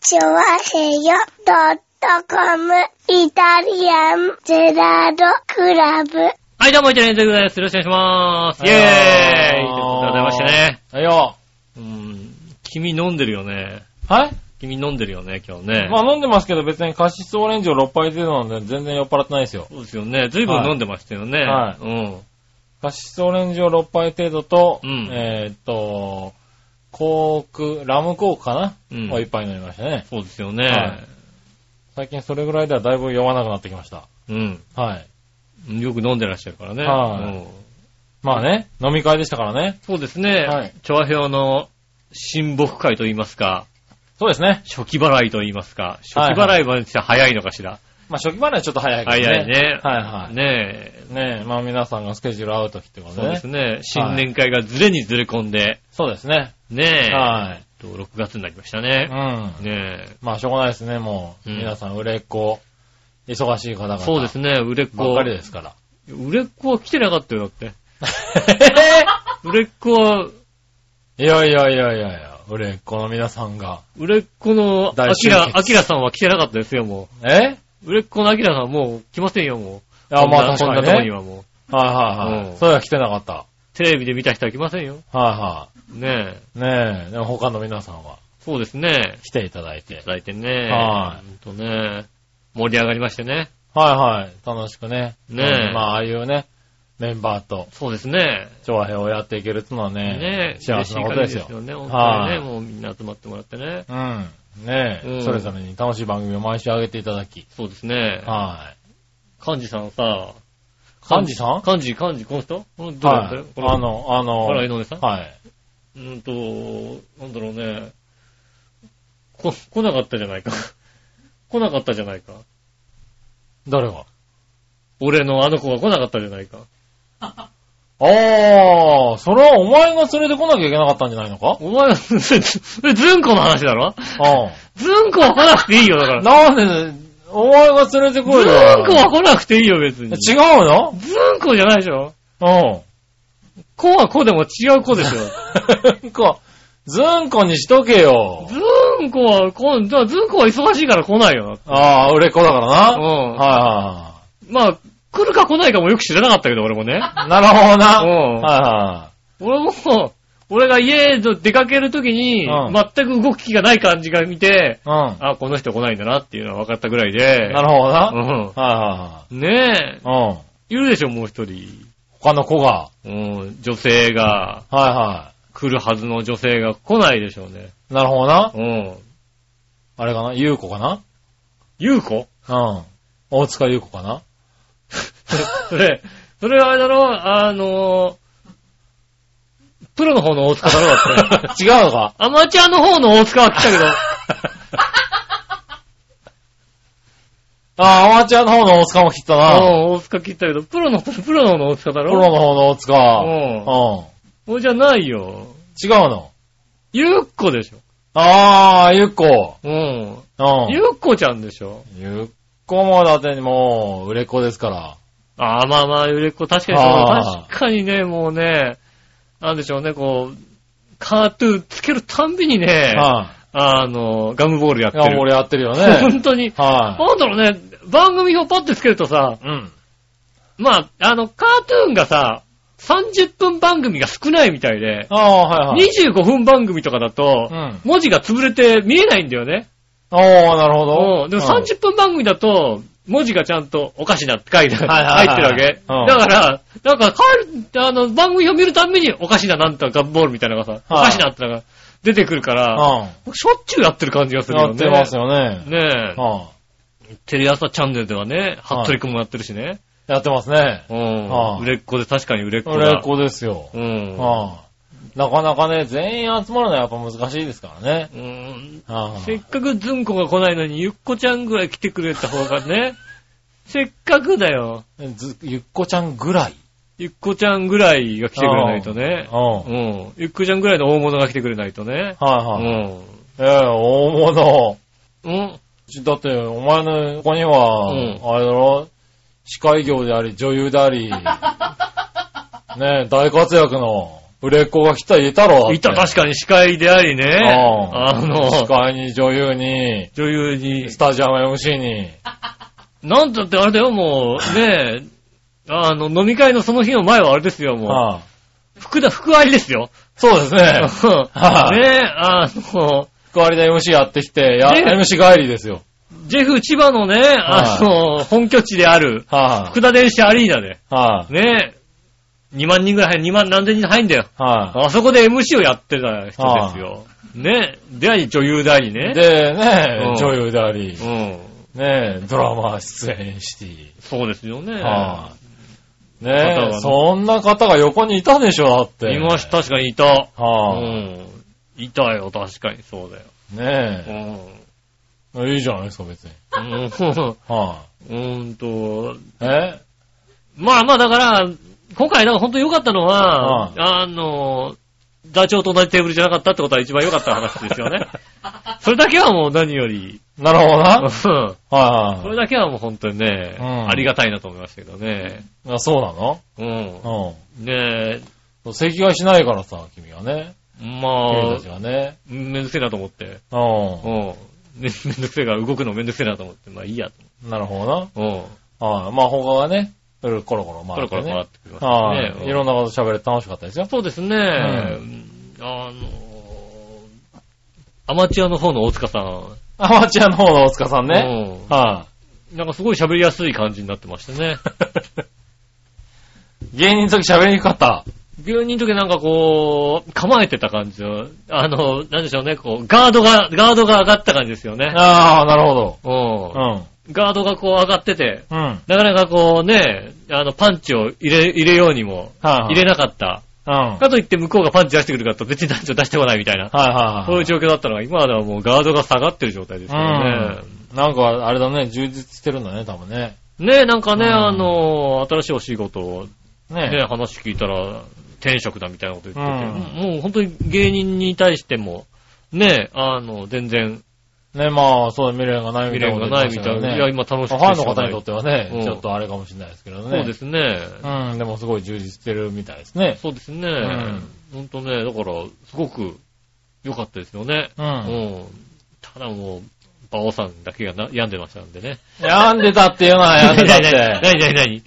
チョワヘヨドットコムイタリアンゼラードクラブ。はい、どうも、イタリアンゼグです。よろしくお願いします。イェーイありがとうございましたね。はいよ。うん。君飲んでるよね。はい君飲んでるよね、今日ね。まあ飲んでますけど別にカシスオレンジを6杯程度なんで全然酔っ払ってないですよ。そうですよね。随分飲んでましたよね。はいうん。カシスオレンジを6杯程度と、うんえーっと、コーク、ラムコークかな、うんを1杯飲みましたね。そうですよね。はい最近それぐらいではだいぶ酔わなくなってきました。うん。はい。よく飲んでらっしゃるからね。はいうんまあね、飲み会でしたからね。そうですね。はい調和表の親睦会といいますか、そうですね。初期払いといいますか、初期払いまでして早いのかしら。まあ初期まではちょっと早いけどね。早いね。はいはい。ねえ。ねえ、まあ皆さんがスケジュール合うときってことそうででねす。ね。新年会がずれにずれ込んで、そうですね。ねえ。はい。と6月になりましたうね。ん。ねえ。まあしょうがないですね、もう。うん皆さん売れっ子、忙しい方々。そうですね、売れっばっ子か。りですから。売れっ子は来てなかったよ、だ って。売れっ子は、いやいやいやいやいや、売れっ子の皆さんが。売れっ子の大アキ集ラ、結アキラさんは来てなかったですよ、もえう。売れっ子のアキラさんはもう来ませんよ、もう。あ、まこあ確んなこかにんなとこにね。はもう。はいはいはうんい。それは来てなかった。テレビで見た人は来ませんよ。はねえ。いはい。ねえ、でも他の皆さんはそうですね。来ていただいていた。だいてね。はいほんとね。盛り上がりましてね。はいはい。楽しくね。ねえうんまあああいうね、メンバーと、そうですね。調和兵をやっていけるってのはねねえ。、幸せなことですよ嬉しい限り。ね。本当にはね、いもうみんな集まってもらってね。うん。ねうえ、んそれぞれに楽しい番組を毎週上げていただき。そうですね。はい。幹事さんさ、幹事さん幹事、幹事、この人この人どうだったはよい。あ、の、あこの、の井上さんはい。うーんと、なんだろうね。こ、来なかったじゃないか。 来なかったじゃないか。誰が俺のあの子が来なかったじゃないか。ああ、それはお前が連れてこなきゃいけなかったんじゃないのかお前、ずずんこの話だろうずんこは来なくていいよ、だから。ん。なんで、お前が連れてこいよ。ずんこは来なくていいよ、別に。違うのずんこじゃないでしょうん。子は子でも違う子 でしょ。ずんこ、ずんこにしとけよ。ずんこは、こん、じゃあずんこは忙しいから来ないよああ、売れっ子だかな。らな。うん。はまあ、来るか来ないかもよく知らなかったけど、俺もね。いはいはい。なるほどな。うんは俺も、俺が家へ出かけるときに、うん全く動く気がない感じが見て、いはい。あ、この人来ないんだなっていうのは分かったぐらいで。うん。なるほどな。はうん。ねえ、いはいはい。うん。いるでしょ、もう一人。他の子が。うん、女性が、はいは来るはずの女性が来ないでしょうね。い。なるほどな。うん。あれかなゆうこかなゆうこうん。大塚ゆうこかな それ、それはあれだろ、あの、プロの方の大塚だろ、だ って。違うのかアマチュアの方の大塚は来たけど、ああ、アマチュアの方の大塚も切ったな。うん、大塚切ったけど、プロの、プロの方の大塚だプろ。ロの方の大塚。うんうん。俺じゃないよ。違うの。ゆっこでしょ。ああ、ゆっこ。うん。うん。ゆっこちゃんでしょ。ゆっこもだってもう、売れっ子ですから。ああ、まあまあ、ゆれっこ、確かにあそう。ー確かにね、もうね、なんでしょうね、こう、カートゥーつけるたんびにね、はあの、ガムボールやっい。ていや、る。俺やってるよ本 ね。当に。はなんだろうね、番組表パッてつけるとさ、い。うん。まあ、あの、カートゥーンがさ、30分番組が少ないみたいで、ああ、はいはい。 25分番組とかだとうん、文字が潰れて見えないんだよね。おー、なるほうど。ん。でもうん30分番組だと、文字がちゃんとおかしなって書いてある。はいはいはい入ってるうわんけ。だから、なんか、かえあの、番組を見るたんびにおかしななんとかガンボールみたいなのがさ、おかしなってのが出てくるから、しょっちゅうやってる感じがすうん。るよやね。ってますよね。ねはえ。テレ朝チャンネルではね、服部くんもやってるしね。い。やってますね。うんは。い売れっ子で、確かに売れっ子だ。売れっ子ですよ。うん。はい。なかなかね、全員集まるのはやっぱ難しいですからね。うん。はせっい。かくずんこが来ないのに、ゆっこちゃんぐらい来てくれた方がね、せっかくだよ。ずゆっこちゃんぐらい。ゆっこちゃんぐらいが来てくれないとね。うん。うん。ゆっこちゃんぐらいの大物が来てくれないとね。うはいはい。ん。ええ、大物。うん。だって、お前のここにうんは、あれだろ、 司会業であり、女優であり、ねえ、大活躍の、売れっ子が来た、いたろだって。いた、確かに司会でありね。うんあの司、会に女優に、女優にス、タジアム MC に。なんだってあれだよ、もう、ねえ、あの、飲み会のその日の前はあれですよ、も。はいう福田、福ありですよ。そうですねえ ね。、はいあの、福割で MC やってきて、や、ね MC 帰りですよ。ジェフ千葉のね、あの、本拠地である、はい福田電車アリーナで、はいねえ、2万人ぐらい入る、2万何千人入んだよ。はあそこで MC をやってた人ですよ。ねえ、であり女優でありい。ね。で、うねん、女優でありう、ん。ね、ドラマ出演しそうですよね。て、はい。方ねがそんな方が横にいたでしょ、だって。いました、確かにいた。うはん。いたよ、確かにそうだよ。い。ねういいじゃないですか、別に。ん。 うんはうーんと、い。えまあまあだから、今回なんか本当良かったのは、うあの、座長と同じテーブルじゃなかったってことは一番良かった話ですよ ね。それだけはもう何より、なるほどうんな。そはいはれだけはもう本当にね、うんありがたいなと思いましたけどね。い。あそうなのうん。うねん。席がしないからさ、君はね。え、ま君あたち、がね。めんどくせえなと思って。ううん。めめんど くせえから動くのめんどくせえなと思って、まあいいやとん。なるほど思って。な。はい。まあ他がね、いろいろコロコロうん。回コっロコロて変わっ。ねてきましたはね。い。いろんな。なこと喋れて楽しかったですよ。そうですね。あの、アマチュアの方の大塚さん。アマチュアの方の大塚さんね。うんはなんかすごい喋りやすい感じになってましたね。 い。 芸人の時喋りにくかった。芸人の時なんかこう、構えてた感じの、あの、なんでしょうね、こう、ガードが、ガードが上がった感じですよね。ああ、なるほど。うんうん。ガードがこう上がってて、うん。はいなかなかこうね、あの、パンチを入れ、入れようにも、は入れなかった。うん。はいかといって向こうがパンチ出してくるかと別にパンチを出してこないみたいな、はいはい。そういう状況だったのが、今ではもうガードが下がってる状態ですよね。なんか、あれだね、充実してるんだね、多分ね。ねえ、なんかね、うんあの、新しいお仕事をねね、話聞いたら、転職だみたいなこと言ってて、うもう本当に芸人に対しても、ねえ、あの、全然ね、まあ、そう、未練がないみ未練たいなこがとな言いってみましたよいね。な。いや、今楽しくフてしょうがァンの方にとってはうねん、ちょっとあれかもしれないですけどね。。そうですすね。うん、でもすごい充実してるみたいですね。そうですね。んほんとね、だから、すごく良かったですよね。うう。んん。ただもう、馬王さんだけがな病んでましたんでね。病んでたっていうのは病んでたって。何何何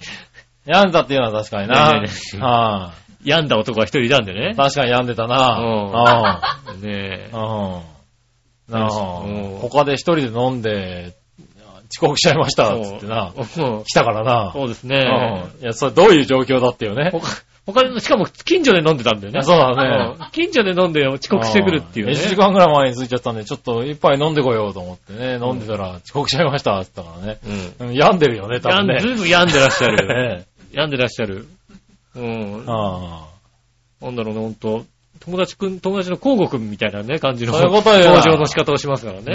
病んでたっていうのは確かにいやいな。やいやは病んだ男が一人いたんでねい。。 確かに病んでたな。うんああねえ。うん。なあ、うん他で一人で飲んで、遅刻しちゃいました、つってな。うん来たからな。そうですうね。ん。いや、それどういう状況だってよね。他、他で、しかも近所で飲んでたんだよね。そうだね。うん近所で飲んで遅刻してくるっていうね。 1時間ぐらい前に着いちゃったんで、ちょっと一杯飲んでこようと思ってね、飲んでたら遅刻しちゃいました、つって言ったからね。うん。うん病んでるよね、多病分んねで、。ずいぶん病んでらっしゃる。ね病んでらっしゃる。うん。あなんだろうね、ほんと。友達くん、友達の広告みたいなね、感じの。そういうことよ登場の仕方をしますからね。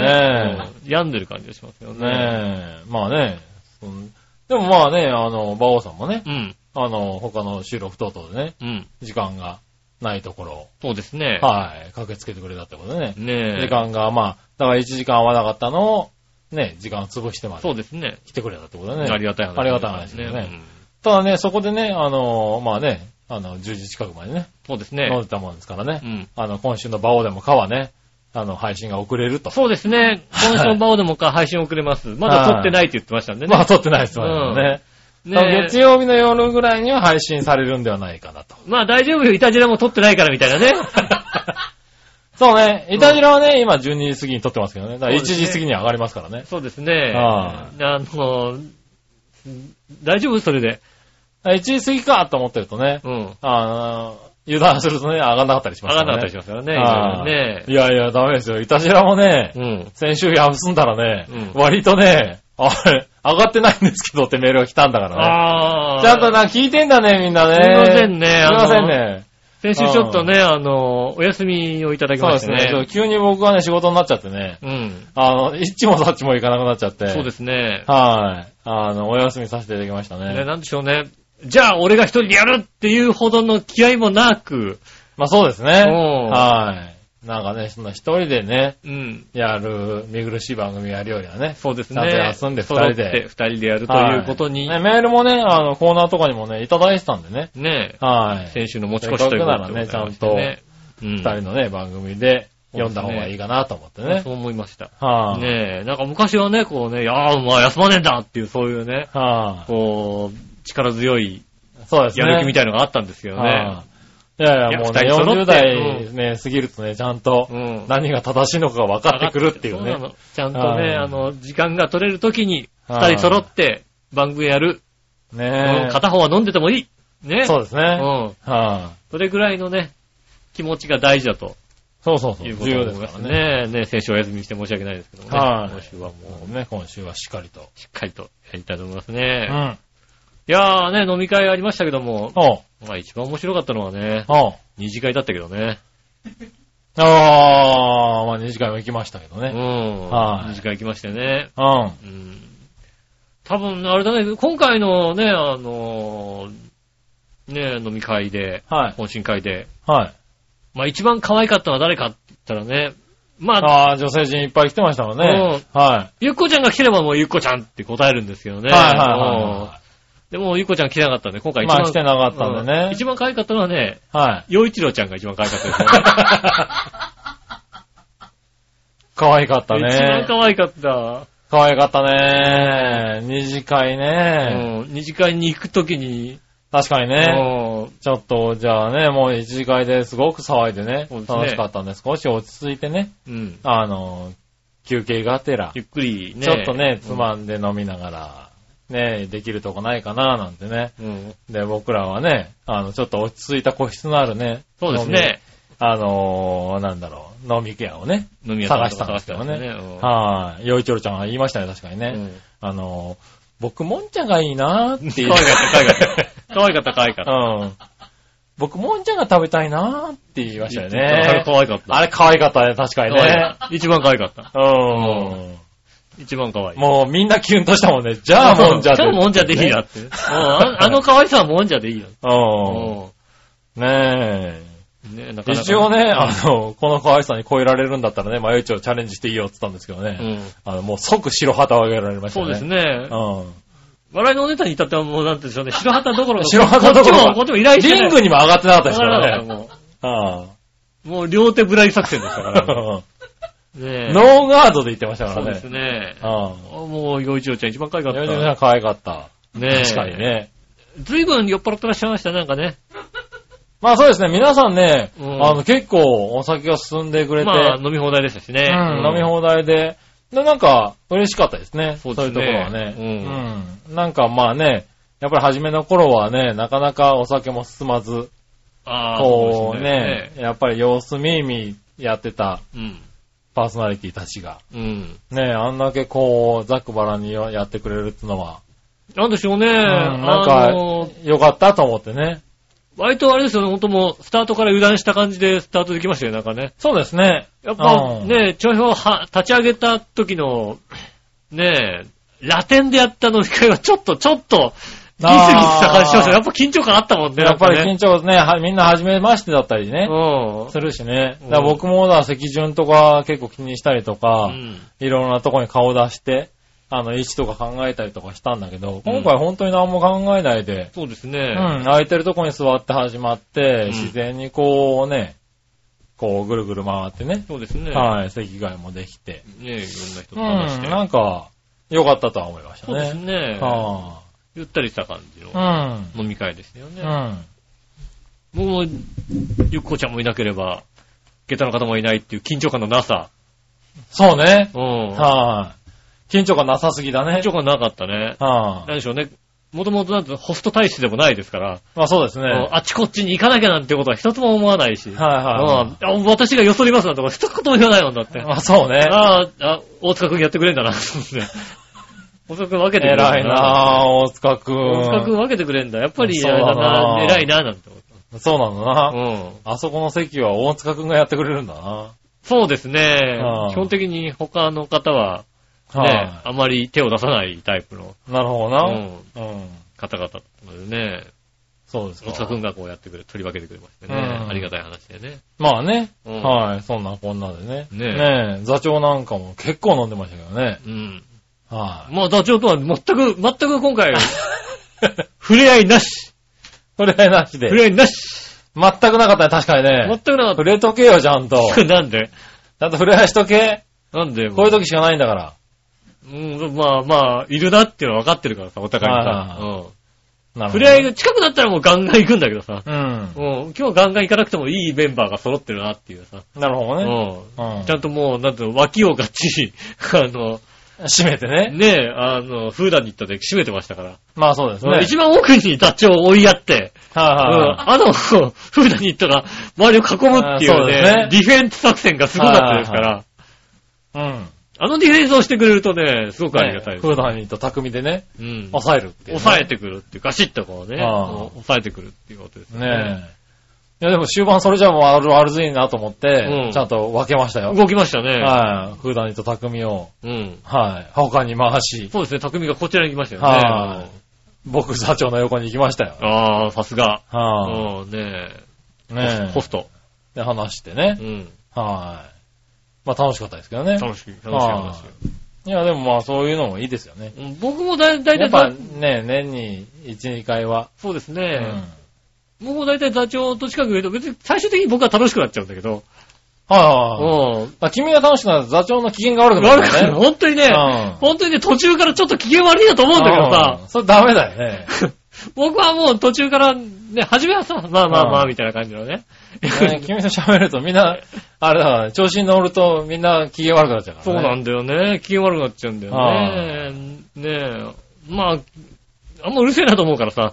ねえ。病んでる感じがしますよあね。ねえ、まあね。うんでもまあね、あの、馬王さんもね、うん、あの、他の収録等々でね、うん。時間がないところそうですね。はい、駆けつけてくれたってことでね。ねえ。時間が、まあ、だから1時間合わなかったのを、ね、時間を潰してまでそうですね。来てくれたってことだね。ありがたい話。ありがたい話ですねうんただね、そこでね、あの、まあね、あの、10時近くまでね、そうです飲んね。でたもんですからうね。ん。あの、今週のバオでもかはね、あの、配信が遅れると。そうですね。今週のバオでもか配信遅れます。まだ撮ってないって言ってましたんでね。まあ、撮ってないですもんね。ね多分月曜日の夜ぐらいには配信されるんではないかなと。まあ大丈夫よ、イタジラも撮ってないからみたいなね。 そうね、イタジラはね、今12時過ぎに撮ってますけどね。だから1そうですね時過ぎには上がりますからね。そうですね。あの、大丈夫それで。 1時過ぎかと思ってるとね、うん。あの、油断するとね、上がらなかったりしま上がすからなかっらね。たりしますからね。あーねいやいや、ダメですよ。イタジラもねう、ん。先週休んだらね、うん割とね、あれ、上がってないんですけどってメールが来たんだからね。ああ。ちゃんとな、聞いてんだね、みんなね。すいませんねすいあのませんね。先週ちょっとね、あの、お休みをいただきそうまでしすたね。ちょっねと。急に僕はね、仕事になっちゃってね。うん。あの、いっちもさっちもいかなくなっちゃって。。そうですすね。はい。あの、お休みさせていただきましたね、ね。なんでしょうね。じゃあ、俺が一人でやるっていうほどの気合もなく、まあそうですね。うんはなんかね、そんな一人でね、うん。やる、見苦しい番組やるよりはね。そうですちゃんとね。休んで二揃っ人でて二人でやるということに、はいねメールもね、あの、コーナーとかにもね、いただいてたんでね。ね、はい。先週の持ち越しということでせっかくならねちゃんと二二人のね、番組で読んだ方がいいかなと思ってね。そう思いました。はい。ねえ、なんか昔はね、こうね、いやー、お前休まねえんだっていう、そういうね、はこう、力強いい。そうですね。やる気みたいのがあったんですけどねは。い。いやいや、もうね、いや二人揃40って代ね、過ぎるとね、ちゃんとうん何が正しいのかが分かってくるっていうそうなね。のちゃんとはいね、あの、時間が取れるときに、は二い人揃って番組やる。うねん片方は飲んでてもいい。ね。そうですうね。ん。はい。それぐらいのね、気持ちが大事だとそうそうそう。いうこと重要だとで思すいまからすね。ね。ね、先週お休みして申し訳ないですけどもね。はい今週はももうね、今週はしっかりと。う、しっかりとやりたいと思いますうね。ん。いやーね、飲み会ありましたけども、おう、まあ一番面白かったのはね、おう。二次会だったけどね。あー、まあ、二次会も行きましたけどうね。ん。はい二次会行きましたよね。うん。うん。多分、あれだね、今回のね、あのー、ね、飲み会で、はい。懇親会で、はい。まあ一番可愛かったのは誰かって言ったらね、まあ、あー、女性陣いっぱい来てましたもんね。うはゆっこちゃんが来てればもうゆっこちゃんって答えるんですけどい。ね。はいはいはいはうんでもゆっこちゃん来てなかったんで、今回い。一番。まあ、来てなかったんでうね一。番可愛かったのはね、はい。洋一郎ちゃんが一番可愛かったです ね。可愛かった一番ね。可愛かった。可愛かったね。二次会ね。うん二次会に行くときに、確かにね。うんちょっと、じゃあね、もう一次会ですごく騒いでねそうで。すね楽しかったんで、少し落ち着いてね。うんあの、休憩がてら、ゆっくりね。ちょっとね、つ妻まんで飲みながら、ね、できるとこないかな、なんてね。うん。で、僕らはね、あの、ちょっと落ち着いた個室のあるね。そうですね。飲み。あのー、なんだろう、飲みケアをね。飲み屋さん探しとたかんですけど探してねました。ねはい。よいちょろちゃんが言いましたね、確かにうんね。あのー、僕、もんちゃがいいなーって言可愛かった、可愛かった。可愛かった、可愛かった。 うん。僕、もんちゃが食べたいなーって言いましたよあれね。可愛かった。あれ、可愛かったね、確かにね。一番可愛かった。うん。一番可愛い。もう、みんなキュンとしたもんね。じゃあ、もんじゃで。もんじゃでいいやって。うんああの可愛さはもんじゃでいいや。う。うんねん。ねなかえ。なか。一応ね、あの、この可愛さに超えられるんだったらね、まゆいちをチャレンジしていいよって言ったんですけどね。うん。あの、もう即白旗を上げられましそたね。うです。ね。うん。笑いのおネタに至ってはもうなんて言うんでしょうね。白旗どころか。白旗どころかこっちも、こっちも依頼してリングにも上がってなかったですか上がらならかったね。もあうもう両手ぶらり作戦でしたから。 ねあえノーガードで言ってましたかそうでらねす。ね。ああもう、洋一郎ちゃん一番可愛かあ。った。よいちょろちゃん可愛かった。ねえ確かに。ね。ずいぶん酔っ払ってらっしゃいましたね、なんかね。まあそうですね、皆さんね、うんあの、結構お酒が進んでくれて、まあ、飲み放題でしたしね。うん飲み放題で、で、なんか、嬉しかったですね。そそううですねいうところはね。うん。なんかまあね、やっぱり初めの頃はね、なかなかお酒も進まず、ああ、こそううねで、やっぱり様子見見やってたすね。パーソナリティたちが、うん。うん。ね、あんだけこう、ざっくばらんにやってくれるってのは、なんでしょうね。うんなんあのか、よかったと思ってね。割とあれですよね、ほんともう、スタートから油断した感じでスタートできましたよ、なんかね。そうですね。やっぱうんね、帳票は立ち上げた時の、ねえ、ラテンでやった飲み会はちょっと、ちょっと、ギスギスした感じしましたよ。やっぱ緊張感あったもんね。やっぱりなん緊張ね、はみんな初めましてだったりね、かねするしね。うんだから僕もだ、席順とか結構気にしたりとうか、ん。いろんなとこに顔出して、あの、位置とか考えたりとかしたんだけど、今回本当に何も考えないで、そうですうね。ん、空いてるとこに座って始まってうん、自然にこうね、こうぐるぐる回ってね、そうですね。はい、席外もできて、ねえ、いろんな人うとん、話して。なんか、良かったとは思いましたそうですね。ね。はゆったりした感じのあ飲み会でしたようね。ん、うん。もう、ゆっこちゃんもいなければ、下駄の方もいないっていう緊張感のなさ。そうね。うん。はい。緊張感なさすぎだね。緊張感なかったね。はなんでしょうね。もともとなんてホスト体質でもないですから、い。まあそうですね。うんあっちこっちに行かなきゃなんてことは一つも思わないし、はいはうんあ私がよそりますなんてこと一言も言わないもんだっい。て。まあそうね。あああ、大塚くんやってくれんだな、 そうね。大塚くん分けてくれんだ偉いなぁ、大塚くん。大塚くん分けてくれんだ。やっぱり、そうあだれだなな偉いな、なんて思っそうなんだた。な。うん。あそこの席は大塚くんがやってくれるんだな。そうですねあ。あ基本的に他の方は、ね、あまり手を出さないタイプのい。なるほうどな。んうん。方々なのでね。そうです大塚くんか。がこうやってくれ、取り分けてくれましてね。うんありがたい話でね。まあね。うんはい。そんなこんなでね。ねえねえ。座長なんかも結構飲んでましたけどね。うん。はい。まあ、ダチョウとは全く、全く今回、 触れ合いなし。触れ合いなしで。触れ合いなし。全くなかったね、確かに全ね。くなか触っれとけよ、ちゃんと。た。なんでちゃんと触れ合いしとけ。なんでもこういう時しかないんだから。うん、まあまあ、いるなっていうのは分かってるからさ、お互いにさは。いうんな触るほどれ合いが近くなったらもうガンガン行くんだけどさ。うんう。ん、今日ガンガン行かなくてもいいメンバーが揃ってるなっていうさ。なるほどうね。ん。うんちゃんともう、なんていうの脇をがっちり、 あの、閉めてね。ねえ、あの、フーダに行った時閉めてましたから。まあそうですね。一番奥にダチョウを追いやって、うんはいはいはい。あの、フーダに行ったら周りを囲むっていあーそううね、ですねディフェンス作戦がすごかったですかはら、うん。あのディフェンスをしてくれるとね、すごくありがたいでねす。フーダーにと匠でね、うん。抑えるっていうね。抑えてくるっていう、ガシッとこうね、あー抑えてくるっていうことですよねえ。いやでも終盤それじゃもうあるあるずいなと思って、うんちゃんと分けましたよ。動きましたね。はい。フーダーにと匠を、うん。はい。他に回し、そうですね、匠がこちらに来ましたよね。はい僕座長の横に行きましたよ。ああ、さすが。はうん、ねい。え。ねえホ。スト。で、話してうね。ん。はい。まあ楽しかったですけどね。楽しい、楽しい話よ。いや、でもまあそういうのもいいですよね。うん僕もだいたやっぱい、ね、年に1、2回は。そうですうねん。僕もだいたい座長と近くいると、別に最終的に僕は楽しくなっちゃうんだけど。うはいはいはん。い。まあ君が楽しくなると座長の機嫌が悪くな悪るくかならる。ね。本当にね、うん本当にね、途中からちょっと機嫌悪いなと思うんだけどさう、んそれダメだよね。僕はもう途中から、ね、初めはさ、まあまあまあ、みたいな感じのね。ね君と喋るとみんな、あれだからね、調子に乗るとみんな機嫌悪くなっちゃう かそうらね。なんだよね。機嫌悪くなっちゃうんだよね。ねえ。まあ、あんまうるせえなと思うからさ、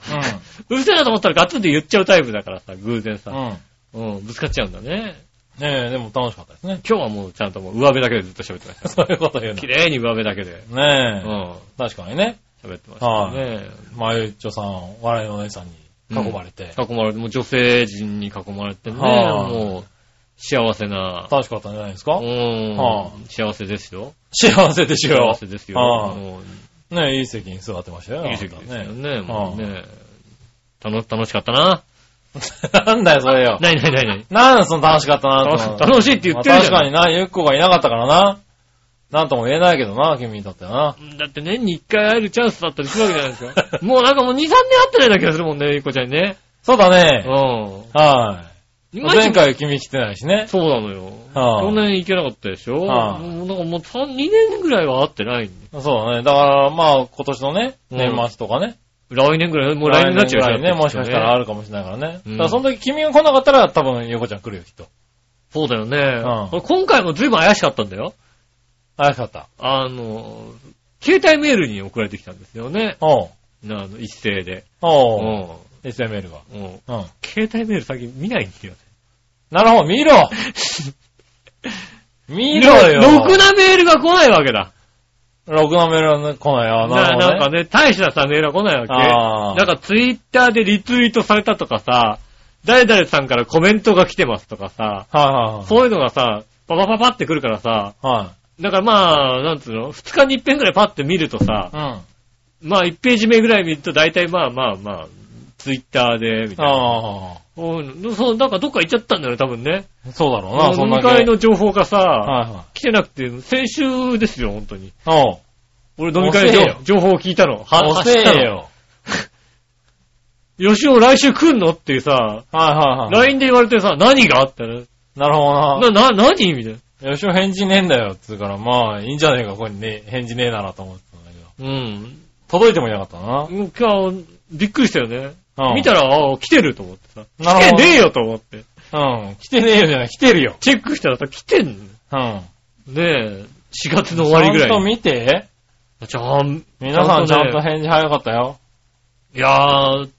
うるせえなと思ったらガツンって言っちゃうタイプだからさ、偶然うさ、ん。うん。うん、ぶつかっちゃうんだね。ねえ、でも楽しかったですね。今日はもうちゃんともう上辺だけでずっと喋ってました。そういうこと言う綺麗に上辺だけで、の。ねうえ、ん、確かにね。喋ってましたね。まゆちょさん、笑いのお姉さんに囲まれて。囲まれて、もう女性陣に囲まれてね、はあもう、幸せな、楽しかったんじゃないですうかんはあ、幸せですよ。幸せでし幸ょせですよ。はあもう。ねえ、いい席に座ってましたよ。ういい席ですよね。ね。もうはね楽楽しかったな。なんだよ、それよ。ないないないない。なんでその楽しかったなと思って楽しいって言ってるじゃんまあ確かにな、ゆっこがいなかったからな。なんとも言えないけどな、君にとってはな。だって年に一回会えるチャンスだったりするわけじゃないですか。もうなんかもう2、3年会ってないような気がするもんね、ゆっこちゃんにね。そうだうね。はい。ん。いまいち前回君来てないしね。 そうなのよ。はあ去年行けなかったでしょはあもうなんかもう3、2年ぐらいは会ってないんで。そうだね。だから、まあ、今年のね、うん年末とかね。来年ぐらい、もう来年になっちゃう来年ぐらいね、もしかしたらある。るかもしれないからね。うんだから、その時君が来なかったら、多分、横ちゃん来るよ、きっと。そうだよね。う俺今回も随分怪しかったんだよ。怪しかった。あの、携帯メールに送られてきたんですよね。おう。あの、一斉で。おう。う SML が。んうんうん。携帯メール先見ないんだよね。なるほど、見ろ 見ろ よろくなメールが来ないわけだ。ろくなメールは来ないよ。ななるほど、なね。んかね、大したさ、メールは来ないわけ。あーなんかツイッターでリツイートされたとかさ、誰々さんからコメントが来てますとかさ、はいはいそういうのがさ、パパパパってくるからさ、はだからまあ、なんつうの、二日に一遍ぐらいパって見るとさい。、はい。まあ一ページ目ぐらい見ると大体まあまあまあ、ツイッターで、みうん。たいな。あおうそう、なんかどっか行っちゃったんだよね、多分ね。あ。そうだろうな、そん飲なみけはい会の情報がさ、は来てなくて、先週ですよ、本当に。い。おう。俺飲み会遅えよの情情報を聞いたの。は遅え。よ。吉尾来週来んのっていうさ、はいはいはい。 LINE で言われてさ、何があったら、なるほな、どな。な、何みたいな。吉尾返事ねえんだよ、つうから、まあ、いいんじゃねえか、これね、返事ねえならと思ってたんだけど。うん。届いてもいなかったな。もう今日、びっくりしたよね。うん見たら、あ来てると思ってさ。な来てるほどねえよと思って。うん。来てねえよじゃない、来てるよ。チェックしたらさ、来てんのうん。ねえ、4月の終わりぐらちゃいんとに。見て。ちゃん、皆さんちゃんとね返事早かったよ。いやー、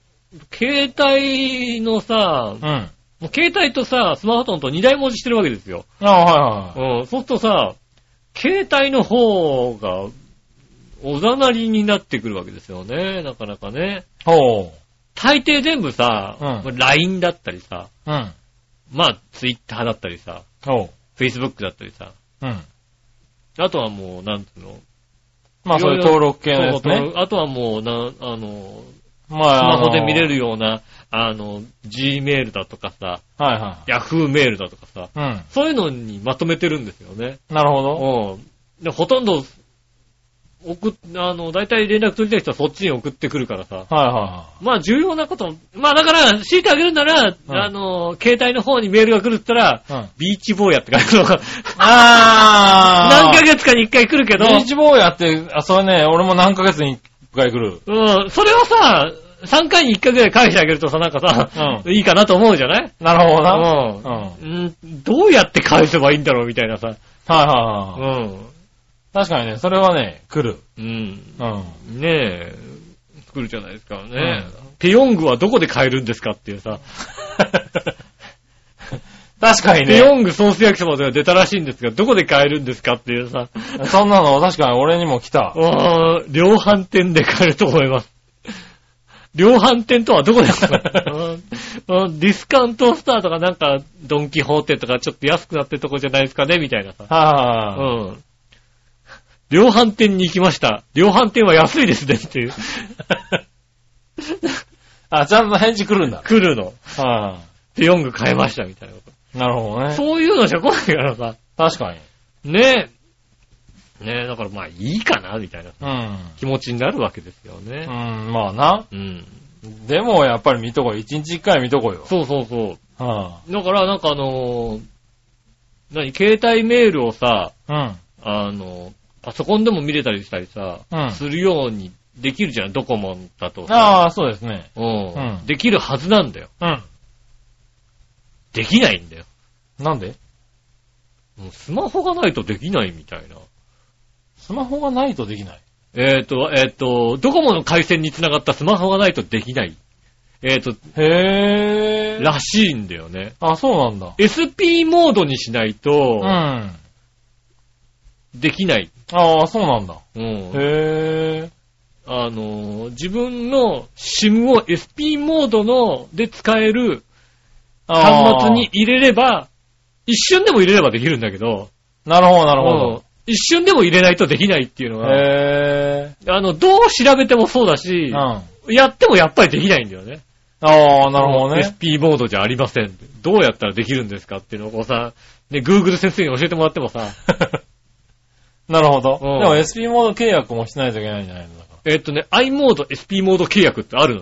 携帯のさ、うん。あもう携帯とさ、スマートフォンと二台文字してるわけですよ。はいはうん。そうするとさ、携帯の方が、おざなりになってくるわけですよね。なかなかね。い。ほう。大抵全部さ、うんまあ LINE だったりさ、うん。まあ Twitter だったりさ、ほ Facebook だったりさ、う。うん。あとはもう、なんつうの、まあ、いそろいういうろ登録系のやつそうね。あとはもう、な、あの、まスあ、マホで見れる。るような、あの、Gmail だとかさ、はいは Yahoo メールだとかさ、い。うん。そういうのにまとめてるんですよね。なるほど。うん。で、ほとんど、送っ、あの、大体連絡取りたい人はそっちに送ってくるからさ。はいはいはまあ、重要なこと、まあ、だから、強いてあげるなら、うんあの、携帯の方にメールが来るって言ったら、い。うん。ビーチ坊やって書くのが、あ何ヶ月かに一回来るけど、ビーチボーイやって、あ、それね、俺も何ヶ月に1回来る。うん、それをさ、3回に1回ぐらい返してあげるとさ、なんかさ、いいかなと思うじゃないなるうほどな。うん。ん。はいうん、どうやって返せばいいんだろうみたいなさ。はいうはい。ん。確かにね、それはね、来る。うん。うん。ねえ、作るじゃないですかね。うペヨングはどこで買えるんですかっていうさ。確かにペヨね。ングソース焼きそばでは出たらしいんですが、どこで買えるんですかっていうさ。そんなの確かに俺にも来た。うーん量販店で買えると思います。量販店とはどこですか うんうんディスカウントスターとかなんか、ドンキホーテとかちょっと安くなってるとこじゃないですかねみたいなさ。うはん。量販店に行きました。量販店は安いですねっていう。い。あ、ちゃんと返事来るんだ。来るの。はペヨング買えましたみたいなこと。い。なるほどね。そういうのじゃ来ないからさ。確かに。ねえ。ねえ、だからまあいいかな、みたいなうん。気持ちになるわけですようね。ん、まあな。うん。でもやっぱり見とこう。一日一回見とこうよ。そうそうそはう。だからなんかあのー何、携帯メールをさ、い。うん。あのーパソコンでも見れたりしたりさ、うん。するようにできるじゃん、ドコモだとさ。ああ、そうですね。うんうんできるはずなんだよ。うん。できないんだよ。なんでもうスマホがないとできないみたいな。スマホがないとできない。えっ、と、えっ、と、ドコモの回線につながったスマホがないとできない。えっ、と、へー。らしいんだよね。あ、そうなんだ。 SP モードにしないうと、ん。できない。ああ、そうなんだ。うん。へー。あのー、自分の SIM を SP モードので使えるあー端末に。入れれば、一瞬でも入れればできるんだけど、なるほど、なるほうん一瞬でも入れないとできないっていうのど。は、へあの、どう調べてもそうだー。うしん。、あやってもやっぱりできないんだよね。あ、なるほどね。 SP モードじゃありません。どうやったらできるんですかっていうのをこうさ、ね、Google 先生に教えてもらってもさ、 なるほど。うでんも SP モード契約もしないといけないんじゃないのだかえっとね、i モード、SP モード契約ってあるの。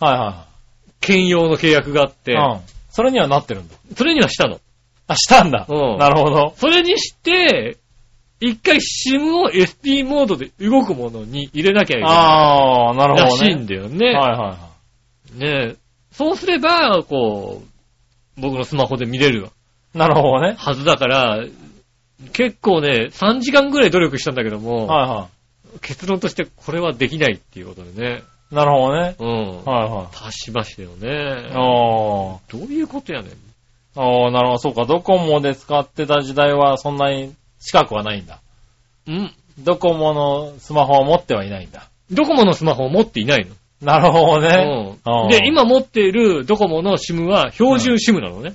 ら。はいは兼用の契約があって、いはい。うん。それにはなってるんだ。それにはしたの。あ、したんだ。うんなるほど。それにして、一回 SIM を SP モードで動くものに入れなきゃいけなああ、なるいらほどしいんね。だよね。はいはいはねえそうすれば、こう、僕のスマホで見れるい。なるほどね。はずだから、結構ね、3時間ぐらい努力したんだけども、はいは結論としてこれはできないっていうことでね。い。なるほどね。うん。はいはい。足しましたよね。あどういうことやねん。あ。ああ、なるほど。そうか。ドコモで使ってた時代はそんなに近くはないんだ。うん。ドコモのスマホを持ってはいないんだ。ドコモのスマホを持っていないの。なるほどね。うんうんで、今持っているドコモの SIM は標準 SIM なのね。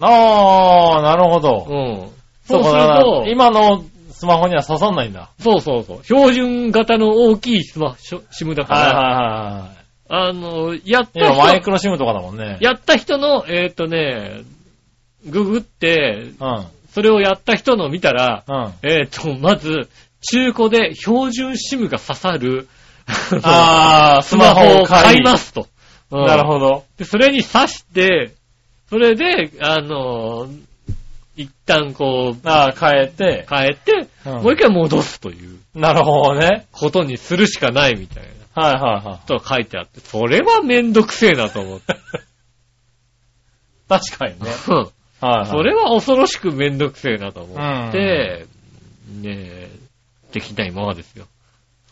ああ、なるほど。うん。そそううすかるだからと、今のスマホには刺さんないんだ。そうそうそう。標準型の大きいスマ、SIM だかはいはいら、はあの、やっいはい。た今マイ人、クロシムとかだもんね。やった人の、えーっとね、ググって、うん。うそれをやった人の見たら、ん。えーっと、まず、中古で標準 SIM が刺さる、あ あ、。スマホを買いますすと。うんなるほど。で、それに挿して、それで、あのー一旦こう、ああ、変えて。変えて、うんもう一回戻すというなるほどね。ことにするしかないみたいなはいはいはい。ことが書いてあって、それはめんどくせえなと思 って。確かにね。うんはいはい。それは恐ろしくめんどくせえなと思って、ねえ、できないままですよ。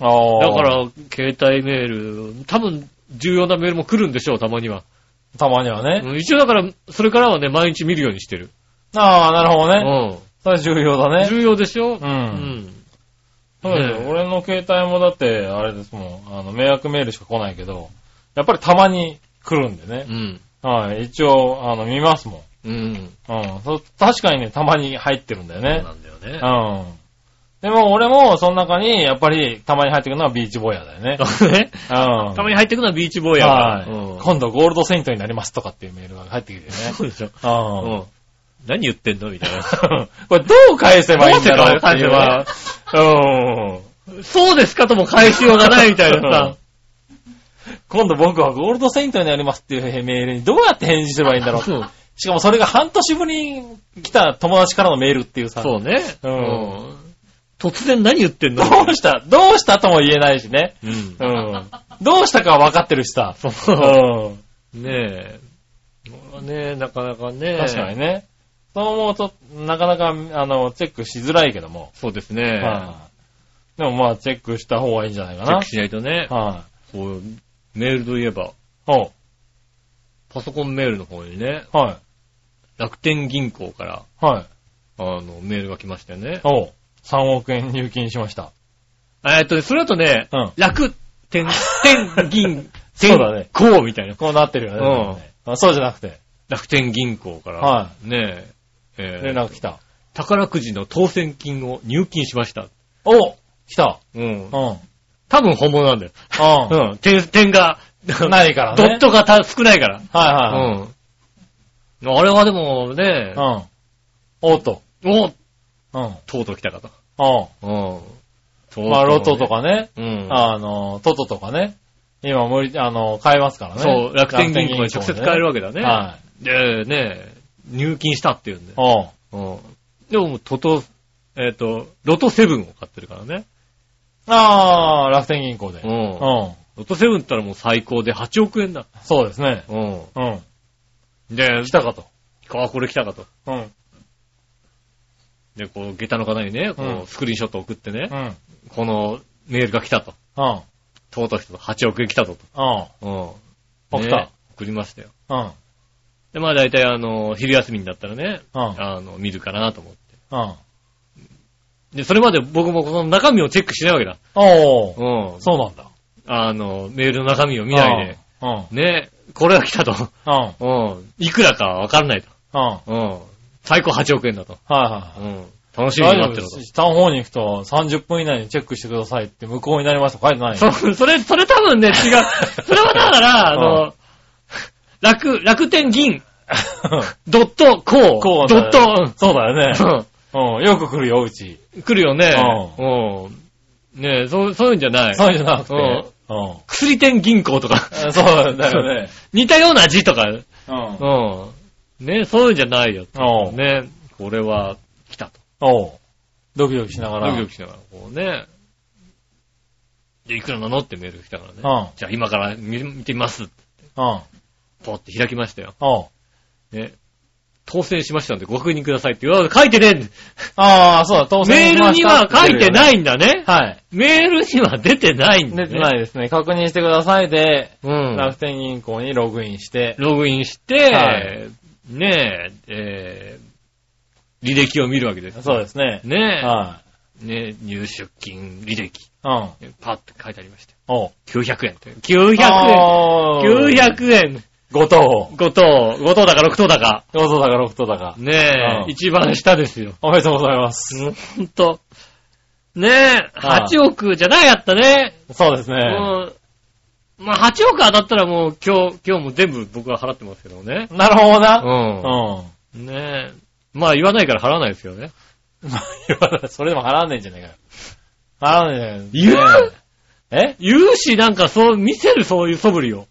ああ。だか、ら、携帯メール、多分、重要なメールも来るんでしょう、たまには。たまにはね。うん一応だから、それからはね、毎日見るようにしてる。ああ、なるほどうね。ん。それ重要だね。重要でしょうんうん。そうですよねえ俺の携帯もだって、あれですもん、あの、迷惑メールしか来ないけど、やっぱりたまに来るんでねう。ん。はい。一応、あの、見ますもん。うん。うん。そ確かにね、たまに入ってるんだよそうねな。んだよねう。ん。でも俺もその中に、やっぱりたまに入ってくるのはビーチボーイヤーだよね。 ね。うん。たまに入ってくのはビーチボーイやから。はい、うん今度ゴールドセイントになりますとかっていうメールが入ってきてね。そうでしょ。う。うんん。何言ってんのみたいな。 これどう返せばいいんだろうっていうねどううん。そうですかとも返しようがないみたいなさ。今度僕はゴールドセイントになりますっていうメールにどうやって返事すればいいんだろう。そうしかもそれが半年ぶりに来た友達からのメールっていうさ。そうね。うんうん突然何言ってんのどうしたどうしたとも言えないしね。うんう。 ん。どうしたかは分かってるしさ。うん。ねえ。まあねえ、なかなかね。確かに。ね。そう思うと、なかなか、あの、チェックしづらいけども。そうですね。はいでもまあ、チェックした方がいいんじゃないかチェッなク。しないとね。はこう、メールといえば、い。ほパソコンメールの方にね、う。はい。楽天銀行から、はい。あの、メールが来ましたよね。おう。3億円入金しました。えーっとね、それだとね、うん楽 天、天銀、そうだね天行みたいな。こうなってるよね。うん。そうじゃなくて、楽天銀行から、はねえ、えー連絡来た。宝くじの当選金を入金しました。お来た。うんう。ん。うん。多分本物なんだよ。はうん。点、点が、ないからねドットがた少ないから。いはうん。あれはでもねい。、うん。おうと。おうん。うん。とうとう来たかと。うん。とうとうねまあ、ロトと。かね。うん。あの、トトとかね。今、無理、あの、買えますからね。そう、楽天銀行に直接買えるわけだけね。はい。で、ね、入金したっていうんで。おう。うん。でももう、トト、えっ、と、ロトセブンを買ってるからね。ああ、楽天銀行で。ううん。ん。ロトセブンったらもう最高で8億円だ。そうですね。うん。うん。で、来たかと。あ、これ来たかと。うん。で、こう、下駄の方にね、こうう、んスクリーンショット送ってねう、ん。このメールが来たと。うん。とうとう来たと。8億円来たぞうん。と。うん。送っねた。送りましたよ。うん。で、まあ大体あの、昼休みになったらね、うん。あの、見るかなと思って。うん。で、それまで僕もこの中身をチェックしないわけだ。おー。うん。そうなんだ。あの、メールの中身を見ないで。うん。うん。ね、これが来たと。うん。うん。いくらかわからないと。うん。はいうん。最高8億円だと。はい。うん。楽しみ大に丈なっ夫てでるとす。。下の方に行くと30分以内にチェックしてくださいって無効になりました。書いてないよ。そ、それ、それ多分 ね、違う。それはだから、あうの、楽、楽天銀、ドット、こう、こうドッだト、そうだよね。うん うん。よく来るよ、うち。来るよね。うん。ねえ、そう、そういうんじゃない。そうじゃなくて。ううんん。そ薬店銀行とか、うだよね。似たような字とか、うん。うん。ねえ、そういうんじゃないよ。おう。ねえ、これは、来たと。おう。ドキドキしながら。ドキドキしながら、こうね。で、いくらなのってメールが来たからね。うんじゃあ今から見見てみます。うん。ポって開きましたよ。おう。ね。当選しましたんでご確認くださいって。うわ、書いてねえんだああ、そうだ、当メ選ールには書いてい。ないんだね。はい。メールには出てないんだ出ね。てないですね。確認してくださいで、うん楽。天銀行にログインして、ログインして、はいねえ、えー、履歴を見るわけです。そうですね。ねえ、はねえ入出金履歴。い。うん。パッと書いてありました。おう。 900円って。900円。あー900円。 5等。 5等、5等だか6等だか。 5等だか6等だか。ねえ、うん一番下ですよ。おめでとうございます。うんほんと。ねえ、はい8億じゃないやったね。そうですね。もう、まあ8億当たったらもう今日、今日も全部僕は払ってますけどね。なるほどう。な。うんん。 ねえ。まあ言わないから払わないですけどね。まあ、言わないそれでも払わねえんじゃねえかよ。払わねえじ言ゃねうええ言うし、なんかそう、見せるそういう素振りを。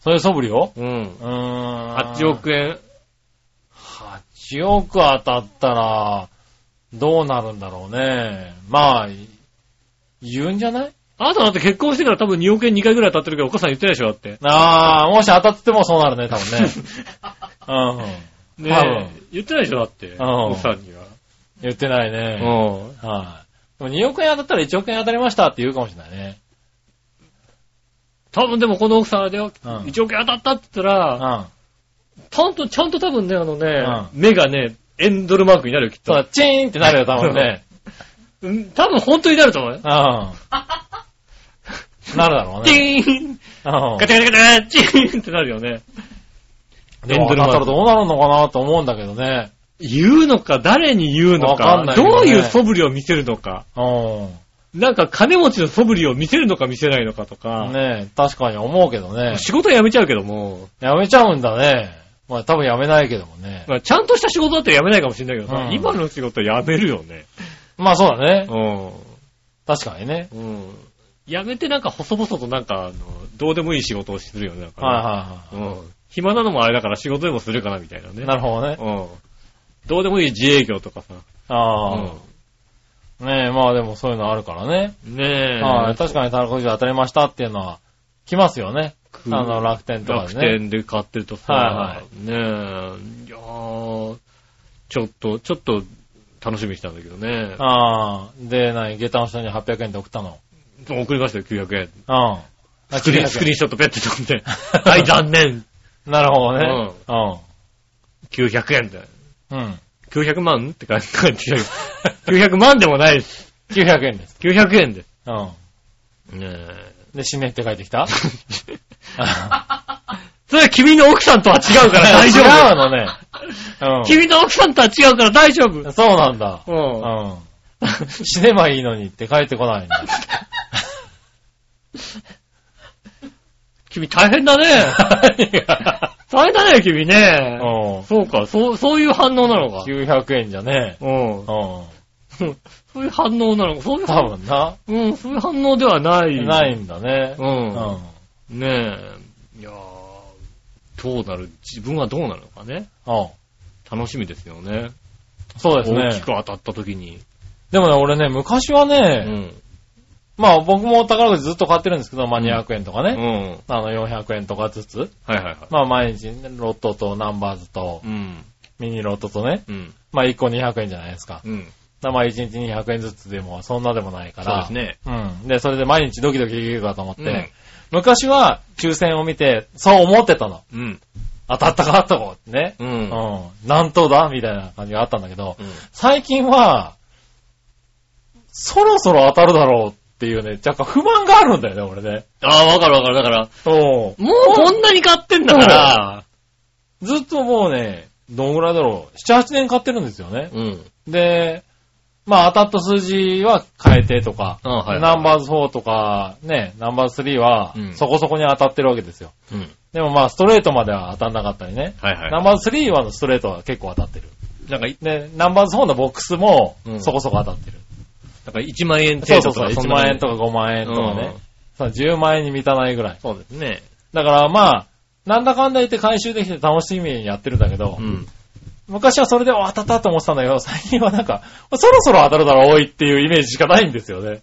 そういう素振りをうんう。ーん。 8。億円。 8億当たったら、どうなるんだろうね。まあ、い言うんじゃないあなただって結婚してから多分2億円2回ぐらい当たってるけどお母さん言ってないでしょだって。ああ、もし当たっててもそうなるね、多 分ね。うん。多 ね分え。言ってないでしょだって。ん奥さんには。言ってないね。うはい。でも2億円当たったら1億円当たりましたって言うかもしれないね。多分でもこの奥さんあれだよ、うん1億円当たったって言ったら、うん。ちゃんと、ちゃんと多分ね、あのね、目がね、エンドルマークになるよ、きっそうと。だ、チーンってなるよ、多分 ね。うん多分本当になると思うよう。ん。なるだろうチね。ーンうんガ。チャガチャガチャチーンってなるよね。でも当たったらどうなるのかなと思うんだけどね。言うのか、誰に言うのわか、かんないけどどねういう素振りを見せるのか、うなんか金持ちの素振りを見せるのか見せないのかとか、ん。ねえ、確かに思うけどね。仕事は辞めちゃうけども、やめちゃうんだね。まあ多分やめないけどもね。まあ、ちゃんとした仕事だったら辞めないかもしれないけどさ、うん今の仕事は辞めるよね。まあそうだね。う確かにね。ん。うん。辞めてなんか細々となんか、あの、どうでもいい仕事をするよね。なんかねはいはうん。暇なのもあれだから仕事でもするかなみたいないはね。い。なるほどね。うん。どうでもいい自営業とかさ。ああ。ねえ、まあでもそういうのあるからね。うん。ねえ。はい。確かに宝くじ当たりましたっていうのは来ますよね。あくの楽天とか楽でね。天で買ってるとさ、はねえ、いやーちょっと、ちょっと楽しみにしたんだけどね。ああ。で、何下駄の人に800円で送ったの。送りましたよ、900円。うん。あスクリーン、スクリーンショットペッて飛んで。 はい、残念。なるほどね。 900円で。うん。うん。 900万って感じ。900万でもないです。 900円です。 900円です。うん。ねえ。で、死ねって書いてきたそれは君の奥さんとは違うから 大丈違う夫。のね。う君の奥さんとは違うから大丈夫。ん。そうなんだ。うん。うん。死ねばいいのにって書いてこないんだ。君大変だね。 大変だね、君ね。うそうか、そう、そういう反応なのかん。。900円じゃねうんえ。。うん。そういう反応なのか。そういう多分な。うん、そういう反応ではない。ない。んだねう。。うんん。ねえ。いやーどうなる、自分はどうなるのかね。うん。楽しみですよね。そうです大きねく。当たった時に。でもね、俺ね、昔はうね、ん。まあ僕も宝くじずっと買ってるんですけど、まあ200円とかうね。ん。あの400円とかずつ。はいはいはい。まあ毎日ねロットとナンバーズとうん。ミニロットとね。うん。まあ1個200円じゃないですか。うん。だからまあ1日200円ずつでもそんなでもないかそうでら。すね。うん。で、それで毎日ドキドキできるかと思って、うん昔は抽選を見て、そう思ってたの。うん。当たったかったかってね。う。うんん。何等だみたいな感じがあったんだけど、うん最近は、そろそろ当たるだろうっていうね、若干不満があるんだよね、俺ね。ああ、わかるわかる。だから、うもうこんなに買ってんだから、ん。ずっともうね、どんぐらいだろう。7、8年買ってるんですよね。うん。で、まあ当たった数字は変えてとか、あはいはいナンバーズ4とか、ね、ナンバーズ3はうんそこそこに当たってるわけですよ。うん。でもまあストレートまでは当たんなかったりね。はいはい。ナンバーズ3はストレートは結構当たってる。なんか、で、ナンバーズ4のボックスもうんそこそこ当たってる。なんか1万円そ程うそ度うとそう、か。 1万円とか。か5万円とかねうん。そう10万円に満たないぐらい。そうですね。だからまあ、なんだかんだ言って回収できて楽しみにやってるんだけど、うん。昔はそれでお当たったと思ってたんだけど、最近はなんか、そろそろ当たるだろう多いっていうイメージしかないんですよね。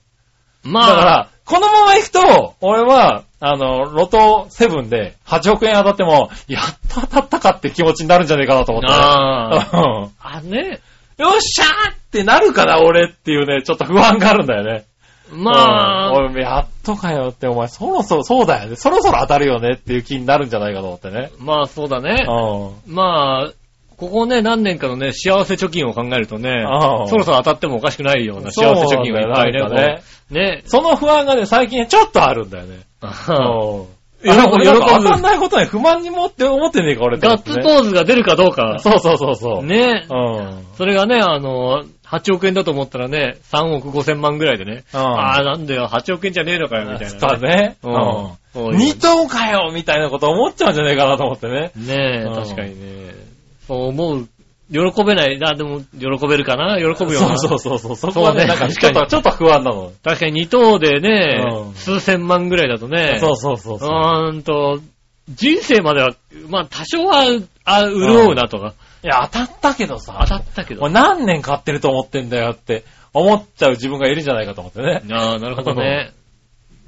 まだあ、から、このまま行くと、俺は、あの、ロト7で8億円当たっても、やっと当たったかって気持ちになるんじゃねえかなと思ったあね。うんあ。あ、 ね。よっしゃーってなるかな、俺っていうね、ちょっと不安があるんだよね。まあ、うん俺、やっとかよって、お前、そろそろ、そうだよね。そろそろ当たるよねっていう気になるんじゃないかと思ってね。まあそうだうねん。。そまあ、ここね、何年かのね、幸せ貯金を考えるとねあ、あそろそろ当たってもおかしくないような幸せ貯金がいっぱいねそうなんだよなんかこね。うね。の不安がね、最近ちょっとあるんだよね。うん。喜ぶあ俺な喜んかぶ当たんないことに不満に持って、思ってねえか、俺って思 ガっッてツね、ポーズが出るかどうか。そうそうそうそう。ねう。ん。それがね、あの、8億円だと思ったらね、3億5千万ぐらいでね。うんああ、なんだよ、8億円じゃねえのかよ、みたいだな。ね。ううんん。そういう二等かよみたいなこと思っちゃうんじゃねえかなと思ってね。ねえ、うん確かにね。そう思う。喜べない。あ、でも、喜べるかな喜ぶよな。そうそうそうそう。そこはそうねね、なんかちょっ確かと、ちょっと不安なの。確かに2等でね、うん数千万ぐらいだとね。そうそうそうそう。ーんと、人生までは、まあ、多少は、あ、潤うなとか。いや、当たったけどさ。当たったけどもう。何年買ってると思ってんだよって思っちゃう自分がいるんじゃないかと思ってね。ああ、なるほどね。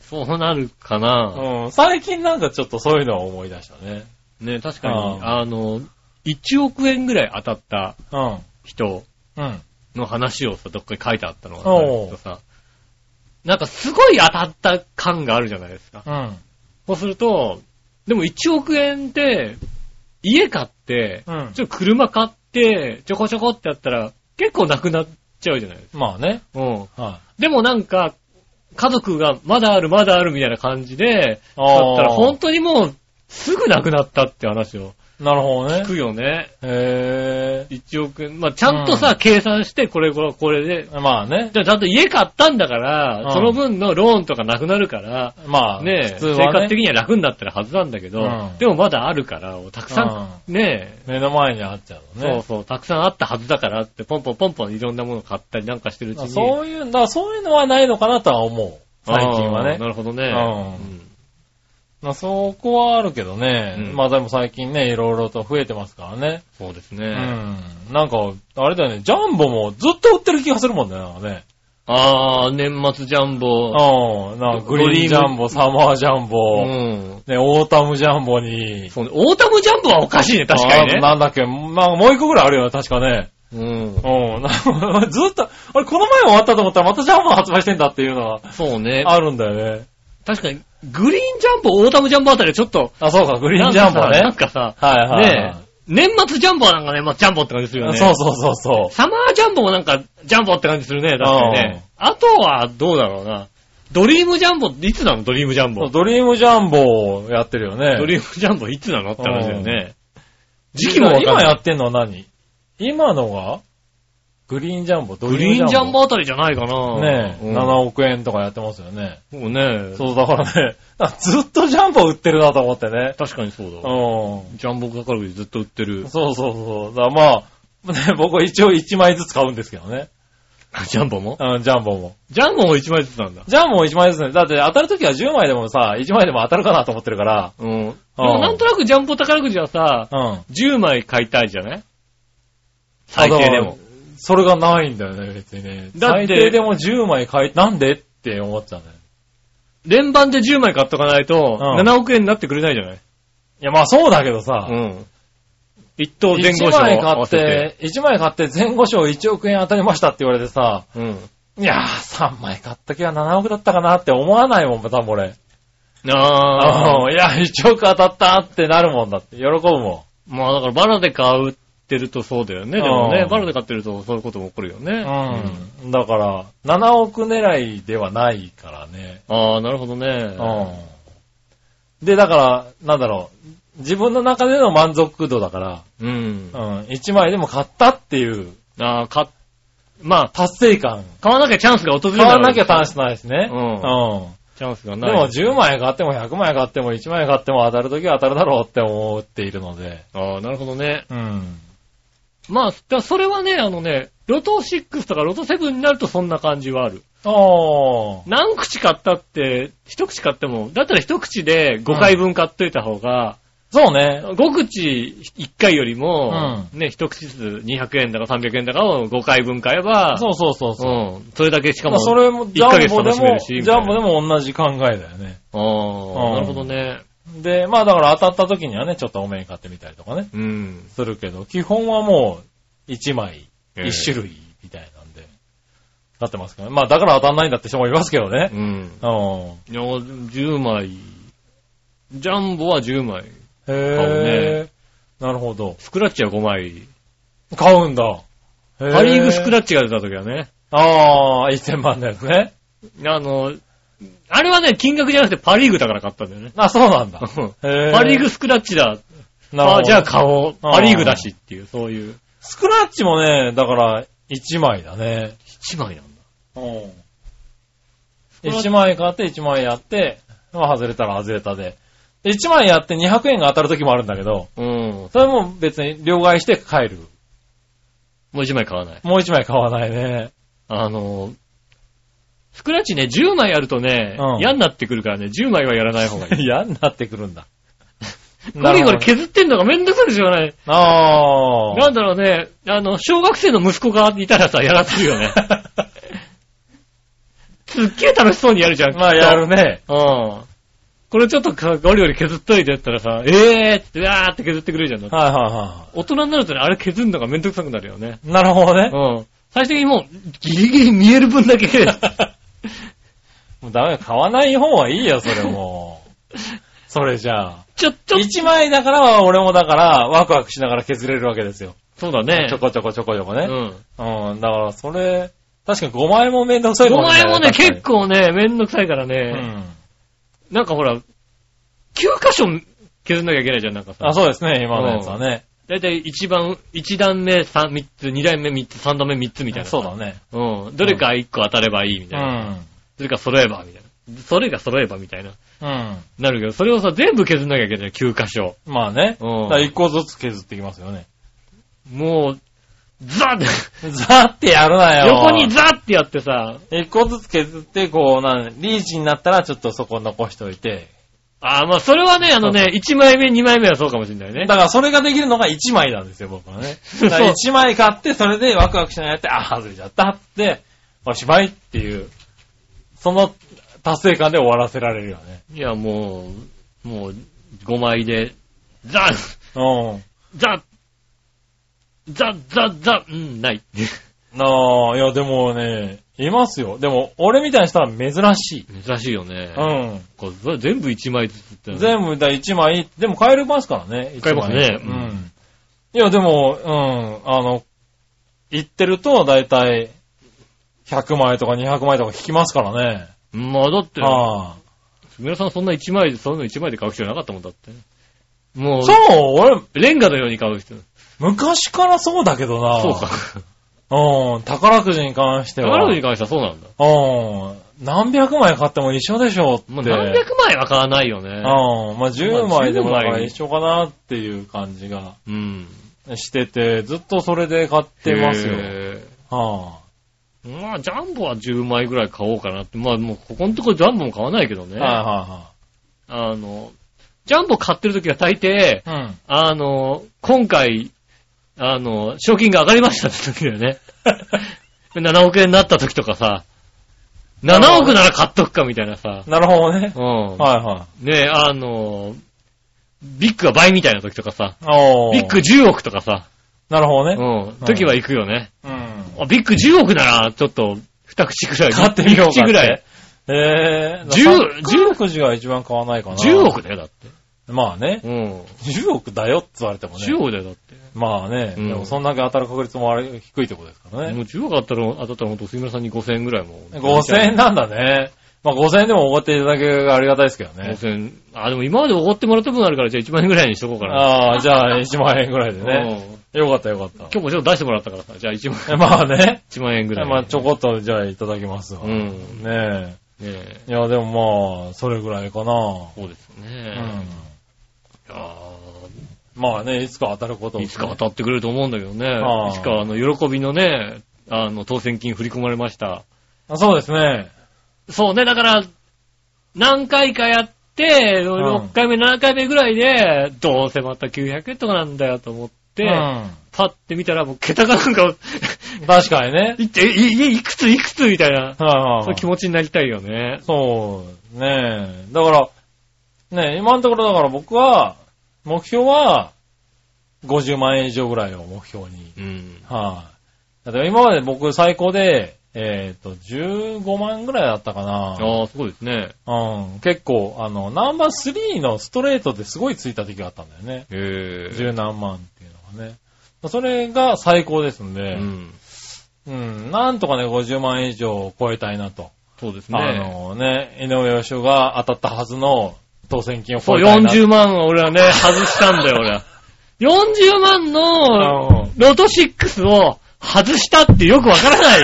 そうなるかな。うん。最近なんかちょっとそういうのを思い出したね。ね、確かに、うんあの、1億円ぐらい当たったう人ん。うん。の話をさ、どっかに書いてあったのがおさうさ、なんかすごい当たった感があるじゃないですか。うん。そうすると、でも1億円って、家買って、うんちょっと車買って、ちょこちょこってやったら、結構なくなっちゃうじゃないですか。まあね。うん。はでもなんか、家族がまだあるまだあるみたいな感じで、い。だったらあ本当にもう、すぐなくなったって話をーなるほどね聞。くよね。へ1億円。まあ、ちゃんとさ、うん計算して、これ、これ、これで。え。まあね。じゃあ、ちゃんと家買ったんだから、うんその分のローンとかなくなるから、まあ、ねえ、普通生は、ね、活的には楽になってるはずなんだけど、うんでもまだあるから、たくさん、ね目の前にあっちゃうえ、のね。そうそう、たくさんあったはずだからって、ポンポンポンポンいろんなもの買ったりなんかしてるうちまあに。そういう、だからそういうのはないのかなとは思う。最近はあねー。なるほどね。うんまあそこはあるけどね。うんまあでも最近ね、いろいろと増えてますからね。そうですうね。ん。なんか、あれだよね、ジャンボもずっと売ってる気がするもんね、なんかね。ああ、年末ジャンボ。うん。なんかグリーンジャンボ、サマージャンうボ、ん。ね、オータムジャンボに、そうね。オータムジャンボはおかしいね、確かにあね。なんだっけ、まあもう一個ぐらいあるよね、確かね。うん。うん。なんか ずっと、あれ、この前終わったと思ったらまたジャンボ発売してんだっていうのはそうね。あるんだよね。確かに、グリーンジャンボ、オータムジャンボあたりはちょっと、あ、そうか、グリーンジャンボね。なんかさ、はいはい、はい。ねえ、年末ジャンボはなんかね、まあ、ジャンボって感じするよね。そうそうそうそう。サマージャンボもなんか、ジャンボって感じするね、確かにね。あとは、どうだろうな。ドリームジャンボっていつなのドリームジャンボ。ドリームジャンボをやってるよね。ドリームジャンボいつなのって話だよね。時時期期ももわかん今ないやってんのは何今のがグリーンジャンボ、ドグリーンジャンボリあたりじゃないかな。ねえ、うん7億円とかやってますよね。そうね。そうだからね、 あずっとジャンボ売ってるなと思ってね。確かにそうだ。うジャンボかかるずっと売ってるん。。そうそうそう。だからまあ、ね、 僕は一応1枚ずつ買うんですけどね。ジャンボもうん、 ジャンボも。ジャンボも1枚ずつなんだ。ジャンボも1枚ずつね。だって当たるときは10枚でもさ、1枚でも当たるかなと思ってるから。うん。でもなんとなくジャンボ宝くじはさ、うん。 10枚買いたいじゃない最低でも。それがないんだよね、別にね。だって最低でも10枚買い、なんでって思っちゃうね。連番で10枚買っとかないと、うん7億円になってくれないじゃないいや、まあそうだけどさ、うん。一等前1後賞枚合買わっせて。て、1枚買って前後賞1億円当たりましたって言われてさ、うん。いやー、3枚買ったきは7億だったかなって思わないもん、多分俺。ああ。うんいや、1億当たったってなるもんだって、喜ぶもまあだからバラで買うってるとそうだよね。でもうね、ん。バラで買ってるとそういうことも起こるよね。うんうん。だから、7億狙いではないからね。ああ、なるほどね。うん。で、だから、なんだろう、自分の中での満足度だから、うんう。ん、1枚でも買ったっていうああ、買っ、まあ、達成感。買わなきゃチャンスが訪れる買わなきゃチ単しないしね。うんうんャンスがでない。も10枚買っても100枚買っても1枚買っても当たるときは当たるだろうって思っているので。ああ、なるほどね。うん。まあ、だからそれはね、あのね、ロト6とかロト7になるとそんな感じはある。おー。何口買ったって、一口買っても、だったら一口で5回分買っといた方が、そうね。 5口1回よりも、ね、一口ずつ200円だか300円だかを5回分買えば、そうそうそうそう。うん。それだけしかまも、あそれも、 1ジャヶン月ボで楽しめも、るしジみたいャなンボでも同じ考えだよね。ああ、うんなるほどね。で、まあだから当たったときにはね、ちょっと多めに買ってみたりとかね、うん。するけど、基本はもう、1枚、ええ1種類みたいなんで、なってますからね。まあだから当たんないんだって人もいますけどねう。ん。うん。いや、10枚。ジャンボは10枚。へー。なるほど。スクラッチは5枚。買うんだ。へパリーグスクッチラッチが出た時はね。ああ、1000万だよね。あの、あれはね、金額じゃなくてパリーグだから買ったんだよね。あ、そうなんだ。へ パリーグススクラッチだ。なるほあどじゃあ買おう。あーパリーグだしっていう、そういう。スクラッチもね、だから、1枚だね。 1枚なんだ。うん。1枚買って、1枚やって、まあ外れたら外れたで。1枚やって200円が当たる時もあるんだけど、うん。それも別に両替して帰る。もう1枚買わない。もう1枚買わないね。あの、スクラッチね、10枚やるとね、うん嫌になってくるからね、10枚はやらない方がいい。 嫌になってくるんだ。ゴリゴリ なるほど削ってんのがめんどくさいでしょうがない。あなあん。だろうね、あの、小学生の息子がいたらさ、やらせるよ ね。すっげえ楽しそうにやるじゃん。まあきっとやるね。うん。これちょっとかゴリゴリ削っといてって言ったらさ、えーって、うわーって削ってくれるじゃん。はいはいは大人になるとね、あれ削るのがめんどくさくなるよね。い。なるほどね。うん。最終的にもう、ギリギリ見える分だけ、 もうダメだ、買わない方はいいよ、それもう。 それじゃあ。ちょ、ちょ、一枚だからは、俺もだから、ワクワクしながら削れるわけですよ。そうだねちょ。こちょこちょこちょこうね。ん。うん、だから、それ、確かに5枚もめんどくさいお前もね、確かに結構ね、めんどくさいからうね、ん。なんかほら、9箇所削んなきゃいけないじゃん、なんかさ。あ、そうですね、今のやつはね。だいたい一番、一段目三三つ、二段目三つ、三段目三つみたいな。そうだね。う。うん。どれか一個当たればいいみうたいな。ん。それか揃えば、みたいな。それが揃えば、みたいな。うん。なるけど、それをさ、全部削んなきゃいけない、9箇所。まあね。うだんから一個ずつ削っていきますよね。もう、ザッ ザーってやるなよ。横にザッってやってさ、一個ずつ削って、こう、なん、リーチになったらちょっとそこ残しといて。あーまあ、それはね、あのね、1枚目、2枚目はそうかもしれないねだ。からそれができるのが1枚なんですよ、僕は ね。うだから1枚買って、それでワクワクしながらやって、あ、外れちゃったって、おしまいっていう、その達成感で終わらせられるよね。いや、もう、もう、5枚で、ザッうザッザッザッザッうん、ない。 ん。なあ、いや、でもね、いますよ。でも、俺みたいな人は珍しい。珍しいよね。うん。こうそ全部1枚ずつってのは。全部だ、1枚、でも買えますからね。買えますね一枚ううんん。いや、でも、うん、あの、行ってると、だいたい、100枚とか200枚とか引きますからね。まあ、だって、はあ、皆さんそんな1枚で、そんな1枚で買う人じゃなかったもんだって。もうそう、、俺、レンガのように買う人。昔からそうだけどな。そうか。。うん、宝くじに関しては。宝くじに関してはそうなんだ。うん、何百枚買っても一緒でしょって。まあ、何百枚は買わないよね。うん、まあ10枚でもまなあんか10一緒かなっていう感じがうん。してて、ずっとそれで買ってますよ。へはーまあ、ジャンボは10枚ぐらい買おうかなって。まあ、もう、ここのところジャンボも買わないけどいね。はいはあの、ジャンボ買ってる時は大抵、いはい。うん。あの、今回、あの、賞金が上がりましたって時だよね。7億円になった時とかさ、7億なら買っとくかみたいなさ。なるほどね。うん。はいはねえ、あの、ビッグが倍みたいな時とかさ、い。おービッグ10億とかさ、なるほどうね。ん、時は行くよね。うん。あビッグ10億なら、ちょっと、二口くらい。買ってみようかっ一て口ぐらい。えー、 10 10億字が一番買わないかな。 10億だよ、だって。まあね。うん。 10億だよって言われてもね。 10億だよ、だって。まあね、うんでもそんだけ当たる確率もあれ低いってことですからもね。う10億あったら、当たったらほんと杉村さんに5000円ぐらいも。 5000円なんだね。まあ5000円でもおごっていただけるがありがたいですけどね。 5000円。あ、でも今までおごってもらった分あるから、じゃあ1万円ぐらいにしとこうかな。ああ、じゃあ1万円ぐらいでね。うんよかったよかっ今日もちょっと出してもらったからさ、じゃあ1万た。まあね。 1万円ぐらい。まあちょこっとじゃあいただきますわ。うん。ねねえ。えいやでもまあ、それぐらいかな。そうですようね。ん。いやーまあね、いつか当たることをねいつか当たってくれると思うんだけどね。ああいつか、あの、喜びのね、あの、当選金振り込まれました。あそうですね。そうね、だから、何回かやって、6回目、7回目ぐらいで、どうせまた900円とかなんだよと思って、うん。パッて見たら、もう桁がなんか、確かにね。 いって、い、い、いくついくつみたいな、はいそうはいいう気持ちになりたいよね。そう、ねえ。だから、ねえ、今のところだから僕は、目標は、50万円以上ぐらいを目標に。うん。はい、だって今まで僕最高で、えっ、と、15万ぐらいだったかな。ああ、そうですね。うん。結構、あの、ナンバー3のストレートですごいついた時があったんだよね。へえ。十何万っていうのがね。それが最高ですんで、うん。うん、なんとかね、50万円以上を超えたいなと。そうですあね。のね、井上義雄が当たったはずの当選金をそう、たいな40万は俺はね、外したんだよ、俺 は。40万のうんロト6を外したってよくわから ない。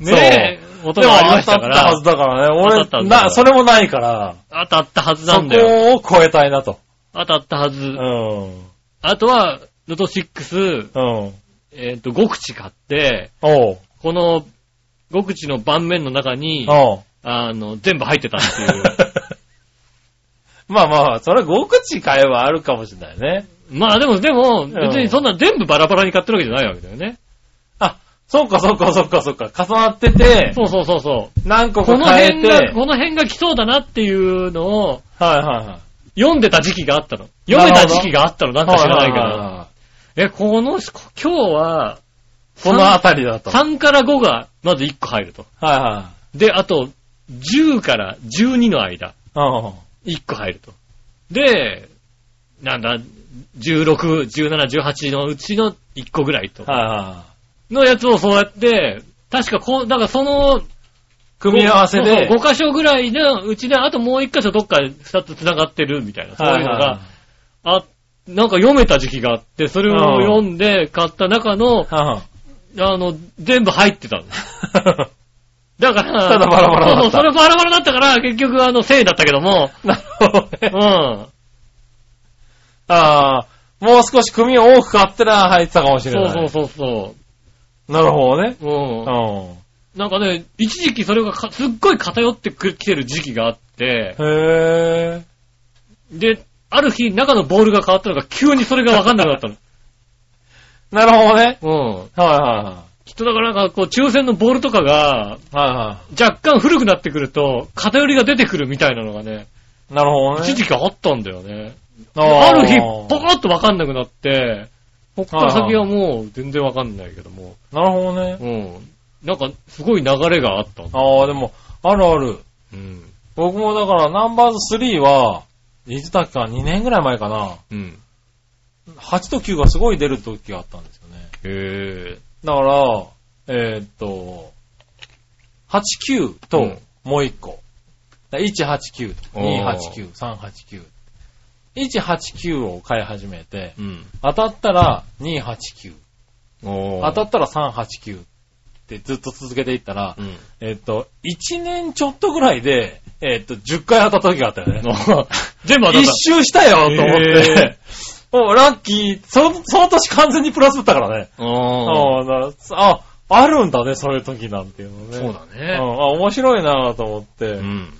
ねえ、音でもがありまし当たたっかたはずら。だ当たったからはね。俺、ずだからな、それもないから、当たったはずそなこんだよ。を超えたいなと。当たったはうず。ん。あとは、ロト6、うん。えっと、5口買って、おう。この5口の盤面の中に、おう。 あの、全部入ってたっていう。 まあまあ、それ5口買えばあるかもしれないね。まあでも、でも、別にそんな全部バラバラに買ってるわけじゃないわけだよね。あ、そっかそっかそっかそっか。重なってて、そうそうそうそう。何個こかの変え辺て、が、この辺が来そうだなっていうのをはいはいはい。読んでた時期があったの。読めた時期があったの、なんか知らないけはいはいど。はえ、この、こ今日は、いこの辺りだと。はい3から5がまず1個入ると。はで、あと、10から12の間、い。うん。 1個入ると。で、なんだ、16、17、18のうちの1個ぐらいと。はいはい。のやつをそうやって、確かこう、だからその、組み合わせで、 5箇所ぐらいのうちで、あともう1箇所どっか2つ繋がってるみたいな、そういうのはいはいが、あ、なんか読めた時期があって、それを読んで買った中の、はんあの、全部入ってたの。だから、ただバラバラだったそうそうそれバラバラだったから、結局あの、せいだったけど も、なるほどうね。ん。ああ、もう少し組を多く買ってら入ってたかもしれそうない。そうそうそなるほどね。う。うんう。ん。なんかね、一時期それがかすっごい偏ってくきてる時期があって、へえ。で、ある日中のボールが変わったのが急にそれがわかんなくな ったなるほどね。の。うん。はいはきっとだからなんかこう抽選のボールとかがいはい。はいは若干古くなってくると偏りが出てくるみたいなのがね、い。なるほどね。一時期あったんだよね。ーある日、ポコッとわかんなくなって、こっから先はもう全然わかんないけども、なるほどね。うん。なんかすごい流れがあったんだ。ああ、でも、あるある。うん。僕もだから、ナンバーズ3は、いつだっけか2年ぐらい前かな。うん。 8と9がすごい出る時があったんですよね。へえ。だから、えーっと、8、9うとん、もう1個。だから189と、おー289、389。189を買い始めて、うん。当たったら289、お当たったら389ってずっと続けていったら、うん。 えーっと、1年ちょっとぐらいで、えーっと、10回当たった時があったよね。全部当たっ一た。周したよと思ってへ、 もうラッキー、その、その年完全にプラスだったからね。ああ。ああ、あ、あるんだね、そういう時なんていうのね。そうだうんね。あ、面白いなぁと思って。うだかん。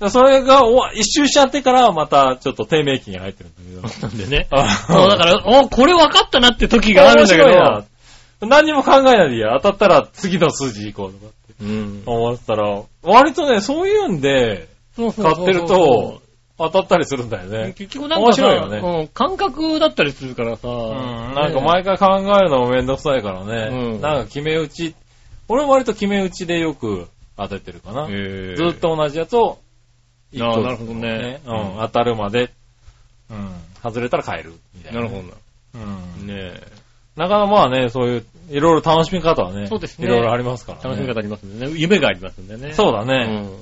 らそれがお一周しちゃってからまたちょっと低迷期に入ってるんだけど。なんでね。あそう、だから、お、これ分かったなって時があるんだけ面白いなど。何も考えないでいいや。当たったら次の数字いこうとかってうん。思ってたら、割とね、そういうんでそうそうそう買ってると、当たったりするんだよね。結局なんかさ、面白いよねうん、感覚だったりするからさ。う、うんなんか毎回考えるのもめんどくさいからね。うんなんか決め打ち、俺割と決め打ちでよく当ててるかな。ずずっ。と同じやつを、あーなるほどねううんん、当たるまで、うん、外れたら変える。みたいななるほどな。ど。うん。ねえ。なかなかまあね、そういう、いろいろ楽しみ方はね、そうですねいろいろありますからね。楽しみ方ありますんでね。夢がありますんでね。そうだね。う。うん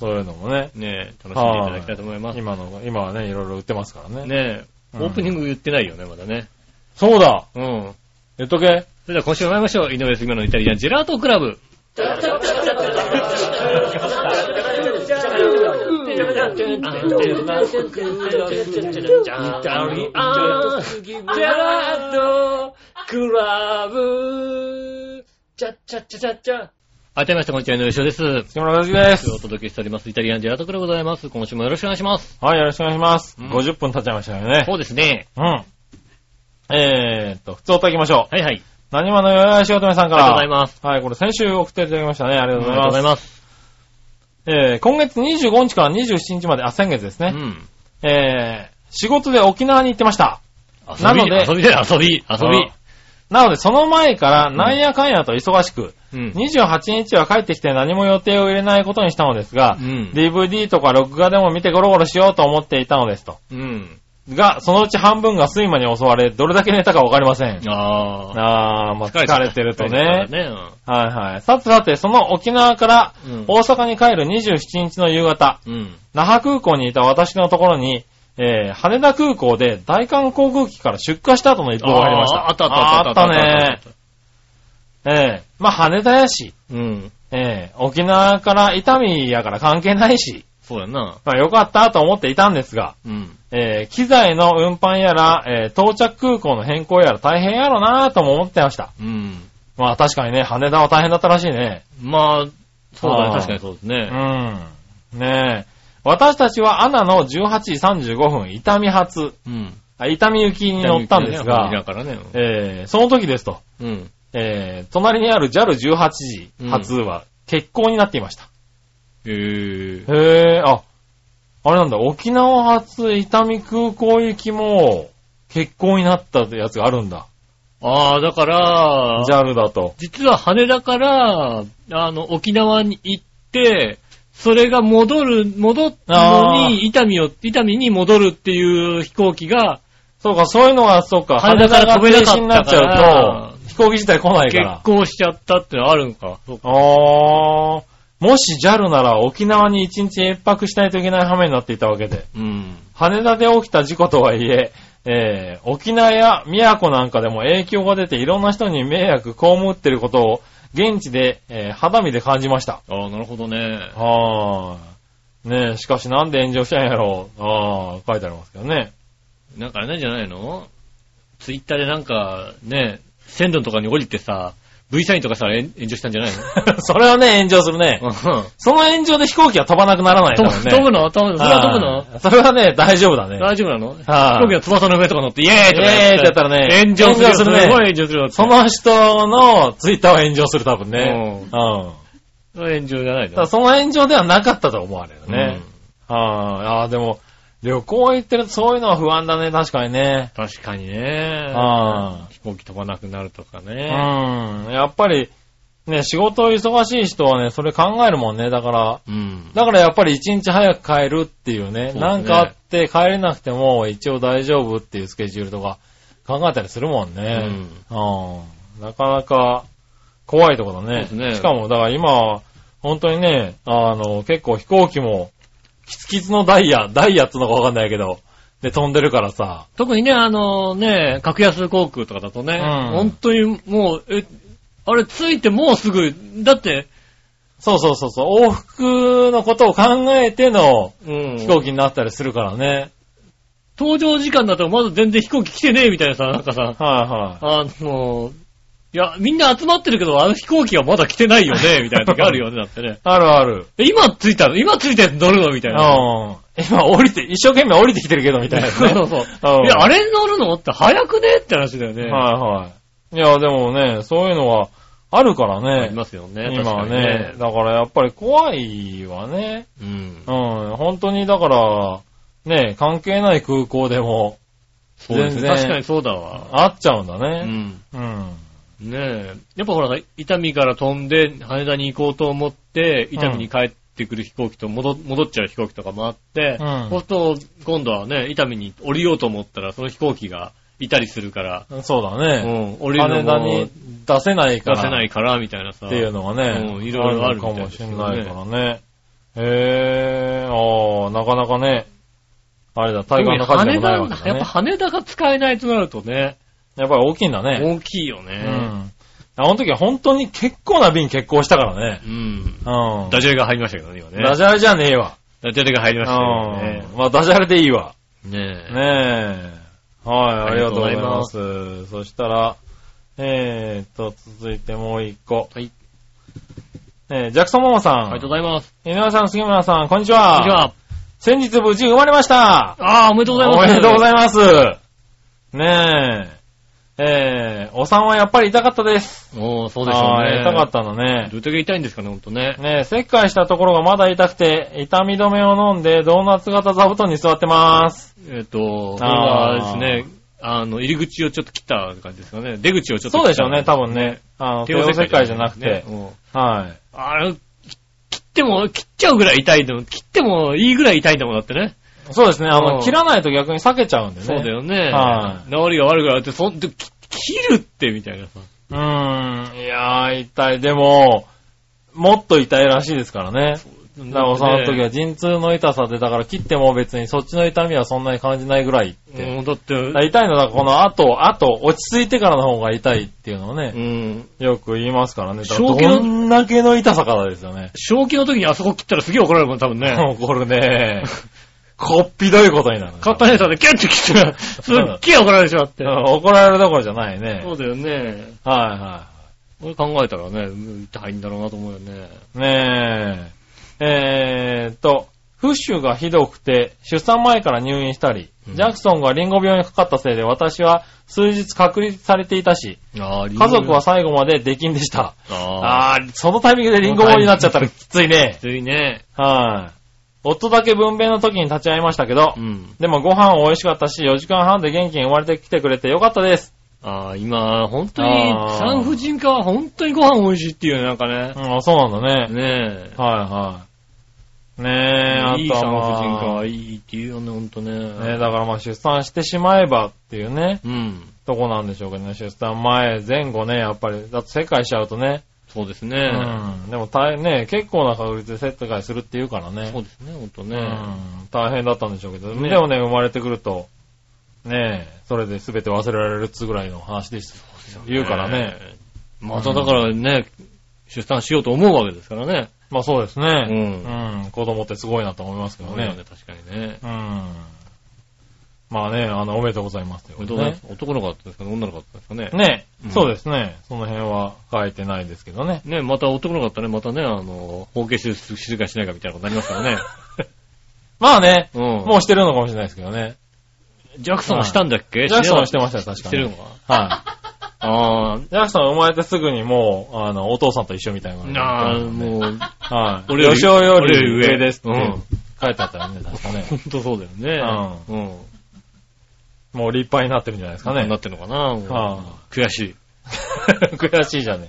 そういうのもね、う。ねえ、楽しんでいただきたいと思います。今の、今はね、いろいろ売ってますからね。ねえ、うんオープニング言ってないよね、まだね。そうだうん。言っとそけれでは今週参りましょう。井上杉村のイタリアンジェラートクラブ。あてましてこんにちは、井上翔です。杉村和樹ですお。届けしております。イタリアンジェラートクラブでございます。今週もよろしくお願いします。はい、よろしくお願いします。うん50分経っちゃいましたよね。そうですね。うん。えーっと、普通お行きましょう。はいはい。何話のよやしおとめさんありかがら。とうございます。はい、これ先週送っていただきましたね。ありあがとうございまます。す。えー、今月25日から27日まで、あ、先月ですうね。ん。えー、仕事で沖縄に行ってました。ななののでで、遊びだよ、遊び、遊び。なので、その前から、なんやかんやと忙しく、うん28日は帰ってきて何も予定を入れないことにしたのですが、うん DVD とか録画でも見てゴロゴロしようと思っていたのですと。うん。が、そのうち半分が睡魔に襲われ、どれだけ寝たかわかりません。ああ。あー、まあ、疲れてるとね。疲れてるからねはいはい。さてさて、その沖縄からうん大阪に帰る27日の夕方、うん。那覇空港にいた私のところに、えー、羽田空港で大韓航空機から出荷した後の一報がありました。あーあったあったあったあったあねった。ええまあ、羽田やし、うん。ええ沖縄から伊丹やから関係ないし、そうやな。まあ、よかったと思っていたんですが、うん。ええ機材の運搬やら、ええ到着空港の変更やら大変やろなぁとも思ってました。うん。まあ、確かにね、羽田は大変だったらしいね。まあ、そうだね。あー確かにそうですうね。ん。ねえ。私たちはアナの18時35分、伊丹発、うん。あ、伊丹行きに乗ったんですが、だからね。えーその時ですと、うん。えー隣にある JAL18 時発は欠航になっていました。へえ。へー、あ、あれなんだ、沖縄発伊丹空港行きも欠航になったやつがあるんだ。ああ、だから、 JAL だと。実は羽田から、あの、沖縄に行って、それが戻る、戻ったのに、伊丹を、伊丹に戻るっていう飛行機が、そうか、そういうのは、そうか、羽田羽から田が飛べな停かった止になっちかゃうらと、飛行機自体来ないか結ら。構しちゃったってのはあるんか。そうかあー、もし JAL なら沖縄に一日一泊しないといけない羽目になっていたわけで、うん。羽田で起きた事故とはいえ、えー沖縄や宮古なんかでも影響が出ていろんな人に迷惑被ってることを現地で、えー肌身で感じました。ああ、なるほどね。はーい。ねえ、しかしなんで炎上したんやろう。ああ、書いてありますけどね。 なんかあれなんじゃないのツイッターでなんか、ね、線路のとかに降りてさ、V サインとかさ、炎炎上したんじゃないの それはね、炎上するね。うんその炎上で飛行機は飛ばなくならないか飛らぶね。飛ぶの飛ぶのそれは飛ぶののそれはね、大丈夫だね。大丈夫なの飛はい行機の翼の上とか乗って、イエーイとかイエーイってやったらね炎上する。炎上するねすごい炎上するよ。その人のツイッターは炎上する、多分ね。うん。それは炎上じゃないただのその炎上ではなかったと思われるね。はあー、あーでも、旅行行ってるとそういうのは不安だね、確かにね。確かにね。あ飛行機飛ばなくなるとかうね。ん。やっぱり、ね、仕事忙しい人はね、それ考えるもんね、だから。うん。だからやっぱり一日早く帰るっていそうね、うですねなんかあって帰れなくても一応大丈夫っていうスケジュールとか考えたりするもんね。うんなかなか怖いとこだね。そうですねしかも、だから今、本当にね、あの、結構飛行機も、キツキツのダイヤ、ダイヤっつうのかわかんないけど、で飛んでるからさ、特にね、あのね、格安航空とかだとね、うん本当にもう、え、あれ着いてもうすぐ、だって、そうそうそうそう、往復のことを考えてのうん飛行機になったりするからね。登場時間だとまだ全然飛行機来てねえみたいなさ、なんかさ、はいはい。あの、いや、みんな集まってるけど、あの飛行機がまだ来てないよね、 みたいな時あるよね、だってね。あるある。え今着いたの今着いたやつ乗るのみたういんな。。今降りて、一生懸命降りてきてるけどみたいな、ね。 そうそうそう。うんいや、あれ乗るのって早くねって話だよね。はいはい。いや、でもね、そういうのはあるからあね。りますよね。今は確かにね。だからやっぱり怖いわね。うんう。ん。本当にだから、ね、関係ない空港でも そうです全ね。然確かにそうだわ。会っちゃうんだうね。ん。うん。ねえ。やっぱほら、伊丹から飛んで、羽田に行こうと思って、伊丹に帰ってくる飛行機と戻戻っちゃう飛行機とかもあって、うんそうすると、今度はね、伊丹に降りようと思ったら、その飛行機がいたりするから、そうだうね。ん、降りるの羽田もに出せないか出せらないから、みたいなさ。っていうのはね、うんいろいろあるみかたいもでしすれよねないからね。へぇー、あー、なかなかね、あれだ、対岸の火事でもないわけ特に羽田だやっねぱ。羽田が使えないとなるとね、やっぱり大きいんだね。大きいようね。ん。あの時は本当に結構な便欠航したからね。うん。うん。ダジャレが入りましたけどね、今ね。ダジャレじゃねえわ。ダジャレが入りうまんしたけどね。まあ、ダジャレでいいわ。ねえ。ねえ。はい、あありりががととうごうござざいいま。ますそしたら、えーっと、続いてもう一個。はい。えージャクソンママさありん。がとうございます。井上さん、杉村さん、こんにちこは。んにち。は。先日無事生まれました。ああ、おめでとうございます。おめでとうございます。ねえ。えー、お産はやっぱり痛かったです。おー、そうでしょうあーね。痛かったのね。どれだけ痛いんですかね、ほんとね。ねえ、切開したところがまだ痛くて、痛み止めを飲んで、ドーナツ型座布団に座ってます。えっ、と、これあーはですね、あの、入り口をちょっと切った感じですかね。出口をちょっとそうでしょうね、多分ねね。あの、帝王切開じゃなくて。うんはい。あれ、切っても、切っちゃうぐらい痛いの、切ってもいいぐらい痛いんだもんだってね。そうですね、あの、うん切らないと逆に避けちゃうんでね。そうだ。よね。はい治りが悪くなって、そんで、き切るって、みたいなさ。うーん、いやー、痛い。でも、もっと痛いらしいですからね。だから、その時は陣痛の痛さで、だから切っても別にそっちの痛みはそんなに感じないぐらいって。うんだって、だから痛いのは、この後、後、落ち着いてからの方が痛いっていうのをねう、ん。よく言いますからね。だから正気のどんだけの痛さからですよね。正気の時にあそこ切ったらすげえ怒られるもん、多分 ね。怒るね。こっぴどいことになる。カッターネタでキャッて切ったら、すっげえ怒られてしまってう。ん怒られるどころじゃないね。そうだよね。はいは俺考えたらね、痛いんだろうなと思うよね。い。ねえ。えーっと、フッシュがひどくて、出産前から入院したり、うんジャクソンがリンゴ病にかかったせいで私は数日隔離されていたし、ああ、家族は、最後まで出禁でした。ああ、ああー、そのタイミングでリンゴ病になっちゃったらきついねき。ついね。はい。夫だけ分娩の時に立ち会いましたけどう、ん。でもご飯美味しかったし、4時間半で元気に生まれてきてくれてよかったです。ああ、今、本当にあー、産婦人科は本当にご飯美味しいっていうね、なんかね。うん、あそうなんだね。ねえ。はいはい。ねえ、いいあ産とはまあ婦人科はいいっていうよね、ほんとね。ねえ、だからまあ出産してしまえばっていうね、うん。とこなんでしょうけどね、出産前、前後ね、やっぱり、だって世界しちゃうとね、そうですうね。ん。でも大変ね、結構な確率で接待するって言うからね。そうですね、ほんとうね。ん。大変だったんでしょうけど。ねでもね、生まれてくると、ねえ、それで全て忘れられるっつぐらいの話です。言うからね。まただからね、出産しようと思うわけですからね。まあそうですね。んうん。子供ってすごいなと思いますけそうどだよねね、。確かにね。うん。まあね、あの、おめでとうございますっておめでとことうございねます。男の子だったんですかね、女の子だったんですかね。ね、うんそうですね。その辺は書いてないですけどね。ね、また男の子だったらね、またね、あの、包茎手術するかしないかみたいなことになります からね。まあね、うん。もうしてるのかもしれないですけどね。ジャクソンはしたんだっけジャクソンはしてまましたよ、確かに。してるのかはい。あジャクソン生まれてすぐにもう、あの、お父さんと一緒みたいなあ、感じで。なあ、もう、はい。俺より吉尾より俺より上上ですってうん書いてあったよね、確かね。ほんとそうだよね。うん。もう立派になってるんじゃないですかね。なってんのかなもうあ悔しい。 悔しいじゃね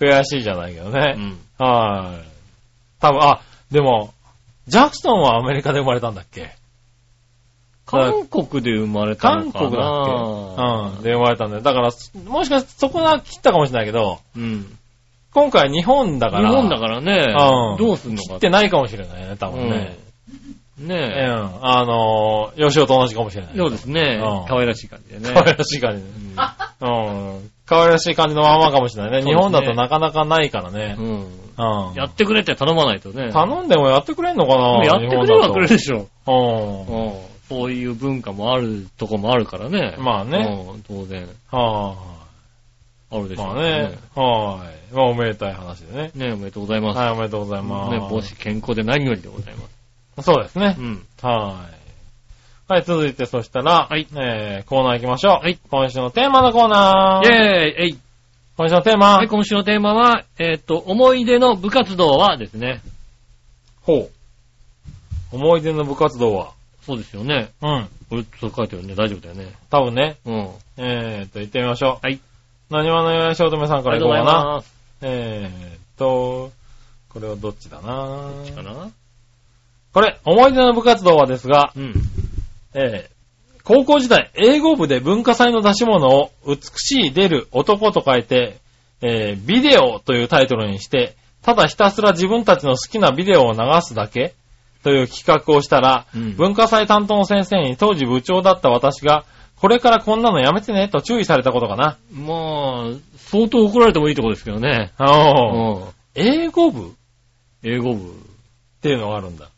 え。悔しいじゃないけどね。うん。はい。多分、あ、でも、ジャクソンはアメリカで生まれたんだっけ韓国で生まれた韓のか国だっけうん。で生まれたんだよ。だから、もしかしてそこが切ったかもしれないけど、けうん。今回日本だ日から、本だからねうん、どうすんの切かっ。てないかもしれないね、多分ね。うんうん。ねあのー、吉尾と同じかもしれなえ。い。そうですねうん。可愛らしい感じでね。可愛らしい感じね。うん。可愛らしい感じのままかもしれないね。そうですね日本だとなかなかないからねう。んうん。うん。やってくれって頼まないとね。頼んでもやってくれんのかなやってくれはくれる日でしょ。本だとうん。そういう文化もあるとこもあるからね。うん。まあね。うん。当然、はあるでい。しょまあうね。。はい。まあおめでたい話でね。ねえ、おめでとうございます。はい、おめでとうございます。ね、母子健康で何よりでございます。そうですねう。ん。はい。はい、続いて、そしたら、はいえー、コーナー行きましょう。はい。今週のテーマのコーナイェーー。イえい今週のテーマ。はい、今週のテーマは、えーっと、思い出の部活動はですね。ほう。思い出の部活動はそうですよね。うん。これ、そう書いてるんで大丈夫だよね。多分ね。うん。えーっと、行ってみましょう。はい。何話のよやしおとめさんかあらりが行とうござこうかいな。ます。えーっと、これはどっちだなこっちかなこれ、思い出の部活動はですが、うん。えー高校時代、英語部で文化祭の出し物を、美しい出る男と書いて、えービデオというタイトルにして、ただひたすら自分たちの好きなビデオを流すだけという企画をしたら、うん文化祭担当の先生に当時部長だった私が、これからこんなのやめてねと注意されたことかな。まあ、相当怒られてもいいとこですけどね。うあのーん。英語部っ英語部。ていうのがあるんだ。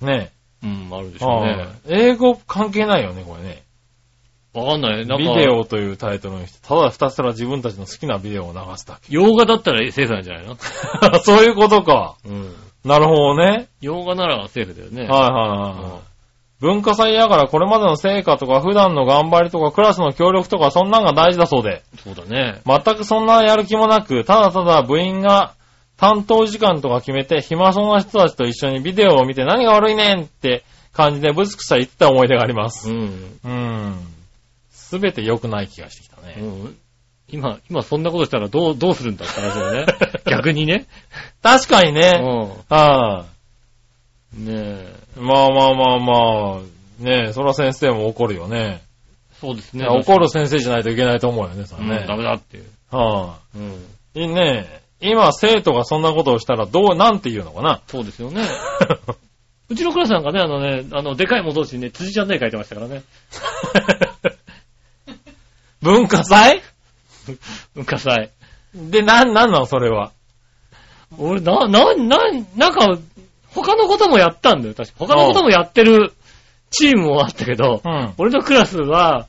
ねうん、あるでえ。しょうね。英語関係ないよね、これね。わかんない。なんか、ビデオというタイトルにして、ただひたすら自分たちの好きなビデオを流 すだけ。洋画だったらセーフなんじゃないのそういうことか。うん。なるほどね。洋画ならセーフだよね。はいはいはいはい。文化祭やからこれまでの成果とか普段の頑張りとかクラスの協力とかそんなんが大事だそうで、そうだね。全くそんなやる気もなく、ただただ部員が担当時間とか決めて暇そうな人たちと一緒にビデオを見て何が悪いねんって感じでブツクサ言ってた思い出がありますう。ん。うん。すべて良くない気がしてきたね。うん今、今そんなことしたらどう、どうするんだって話だ よね。逆にね。確かにうね。ん。はい、ねえ。まあまあまあまあ、ねえ、そら先生も怒るよね。そうですね。ね怒る先生じゃないといけないと思うよね、それうんね。ダメだっていう。はうん。い、いいね今生徒がそんなことをしたらどう、なんて言うのかな そうですよね。 うちのクラスなんかね、あのね、あの、でかい元士にね、辻ちゃんね、書いてましたから ね。文化祭文化祭。で、なん、なんなのそれは。俺、な、な、な、なんか、他のこともやったんだよ、確か。他のこともやってるチームもあったけど、うん。俺のクラスは、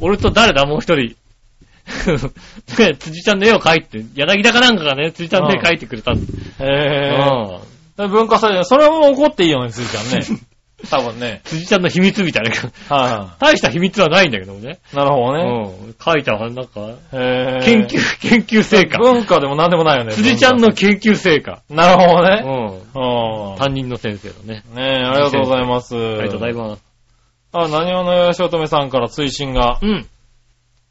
俺と誰だ、もう一人。 ね、辻ちゃんの絵を描いて、柳田かなんかがね、辻ちゃんの絵描いてくれたんだへよ。うんえ。文化祭、それも怒っていいよね、つーちゃんね。 多分ね。辻ちゃんの秘密みたいな。は大した秘密はないんだけどもね。い、なるほどうね。ん。書いたわ、なんか、へえ。研究、研究成果。文化でもなんでもないよね。辻ちゃんの研究成果。文化。なるほどうね。ん。うん。担任の先生のね。ねえ、ありがとうございます。ありがとうございます。あ、何をのよしおとめさんから推進が。うん。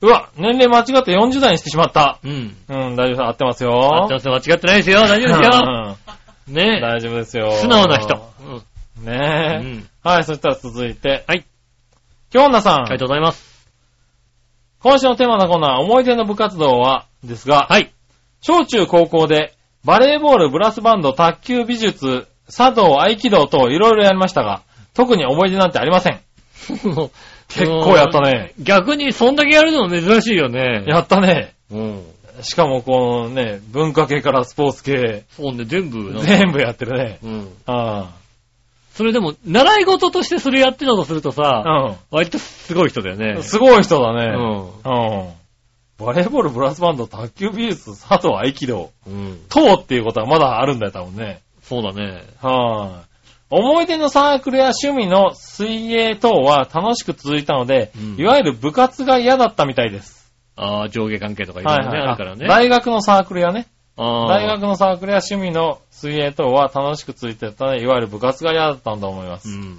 うわ、年齢間違って40代にしてしまった。うん。うん、大丈夫です。合ってますあよ。ってますよ間違ってないですよ。大丈夫です よ。うんね大丈夫ですよ。え。素直な人。うねえ。ん。はい、そしたら続いて。はい。京奈さん。ありがとうございます。今週のテーマのコーナー、思い出の部活動は、ですが、 はい。小中高校で、バレーボール、ブラスバンド、卓球、美術、茶道、合気道といろいろやりましたが、特に思い出なんてありません。結構やったね。 逆にそんだけやるの珍しいよね。やったね。うん。しかもこのね、文化系からスポーツ系、そうね、全部なんか。全部やってるね。うん。あそれでも、習い事としてそれやってたとするとさ、あ。割とすごい人だようねん。。すごい人だうね。ん。うん。バレーボール、ブラスバンド、卓球、美術、茶道、合気道。うん。等っていうことはまだあるんだよ、多分ね。そうだね。はい、思い出のサークルや趣味の水泳等は楽しく続いたので、うんいわゆる部活が嫌だったみたいです。ああ、上下関係とかいろいろね、あるからね。大学のサークルやね。ああ大学のサークルや趣味の水泳等は楽しく続いてたので、いわゆる部活が嫌だったんだと思います。うん。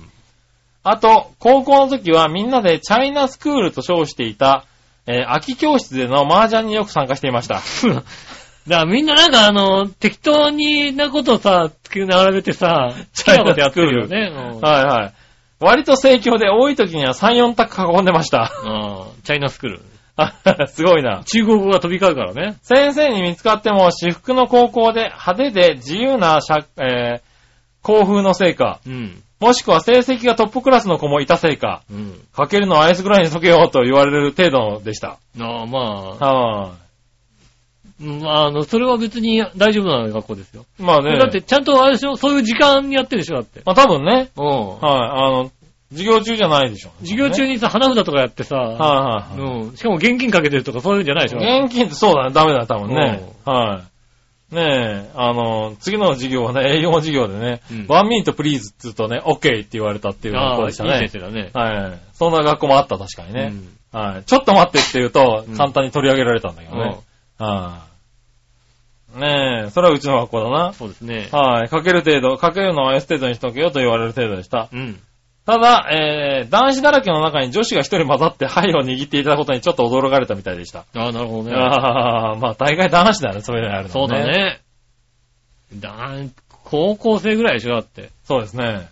あと、高校の時はみんなでチャイナスクールと称していた、えー空き教室での麻雀によく参加して いました。だからみんななんかあの、適当になことさ、つけ並べて さ、好きなことやってるよね。うんはいはい。割と盛況で多い時には3、4択囲んでました。 あーチャイナスクール。あすごいな。中国語が飛び交うからね。先生に見つかっても私服の高校で派手で自由なしゃ、えー、校風のせいか、うん。もしくは成績がトップクラスの子もいたせいか、うん。かけるのアイスぐらいにしとけよと言われる程度でした。ああ、まあ、はうんあの、それは別に大丈夫な学校ですよ。い。まあね。だって、ちゃんとあれでしょ、そういう時間にやってるでしょ、だって。まあ多分ね、うはい、あの、授業中じゃないでしょうね、授業中に。にさ、花札とかやってさ、はい、はい、うん。しかも現金かけてるとかそういうんじゃないでしょ。現金ってそうだね、ダメだ、多分ね。はい。ねえ、あの、次の授業はね、栄養授業でね、うんワンミートプリーズって言うとね、オッケーって言われたっていう学ああ、い校でいしたね。先生だね。はい。そんな学校もあった、確かにねう。んはい。ちょっと待ってって言うとうん、簡単に取り上げられたんだけどね。はい。ねえ、それはうちの学校だな。そうですね。はい。かける程度、かけるのは S 程度にしとけよと言われる程度でした。うん。ただ、えー、男子だらけの中に女子が一人混ざって灰を握っていたことにちょっと驚かれたみたいでした。ああ、なるほどね。ああ、まあ大概男子だね、そういうのやるのね。そうだ。ね。だん、高校生ぐらいでしょ、だって。そうですね。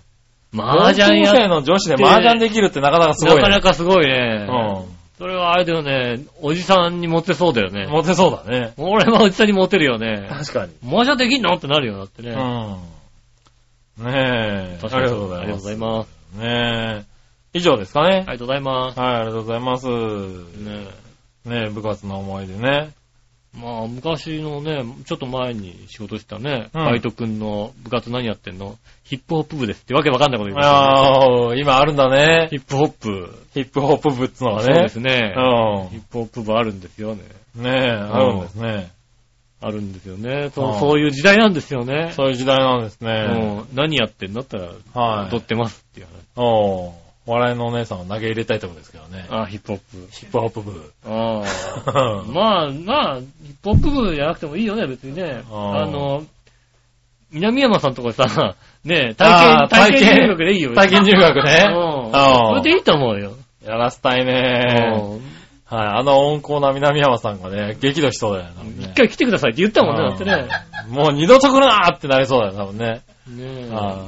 麻雀や高校っ生の女子で麻雀できるってなかなかすごいなね。かなかすごいね。うん。それはあれだよね、おじさんにモテそうだよね。モテそうだね。俺はおじさんにモテるよね。かに。麻雀できんのってなるよ、だってね。うん。ねえ。確あかにりそがとうごあざりいがとうまごす。ざいます。ねえ。以上ですかね。ありがとうございます。はい、ありがとうございます。ねねえ、部活の思い出ね。まあ、昔のね、ちょっと前に仕事してたね、うんバイト君の部活何やってんのヒップホップ部ですってわけわかんないこと言ってたね、ああ、今あるんだねヒ。ップホップ。ヒップホップ部っつのはね。そうですね。ヒップホップ部あるんですよね。うん。ねえ、あるんですね。あるんですよね。そううんそういう時代なんですよね。そういう時代なんですね。もう何やってんだったら、はい踊ってますっていう話。おう笑いのお姉さんを投げ入れたいところですけどね。あーヒップホップ。ヒップホップ部。ああ。まあまあ、ヒップホップ部じゃなくてもいいよね、別にね。あーあの、南山さんとかさ、ねえ、体験、あ体ー体験験入学でいいよ。体験入学ね。うん。そあれでいいと思うよ。やらせたいね。はい、あの温厚な南山さんがね、激怒しそうだよね多う分んね。一回来てくださいって言ったもんね、だってね。うんもう二度と来るなーってなりそうだよ、多分ね。ねえ。あ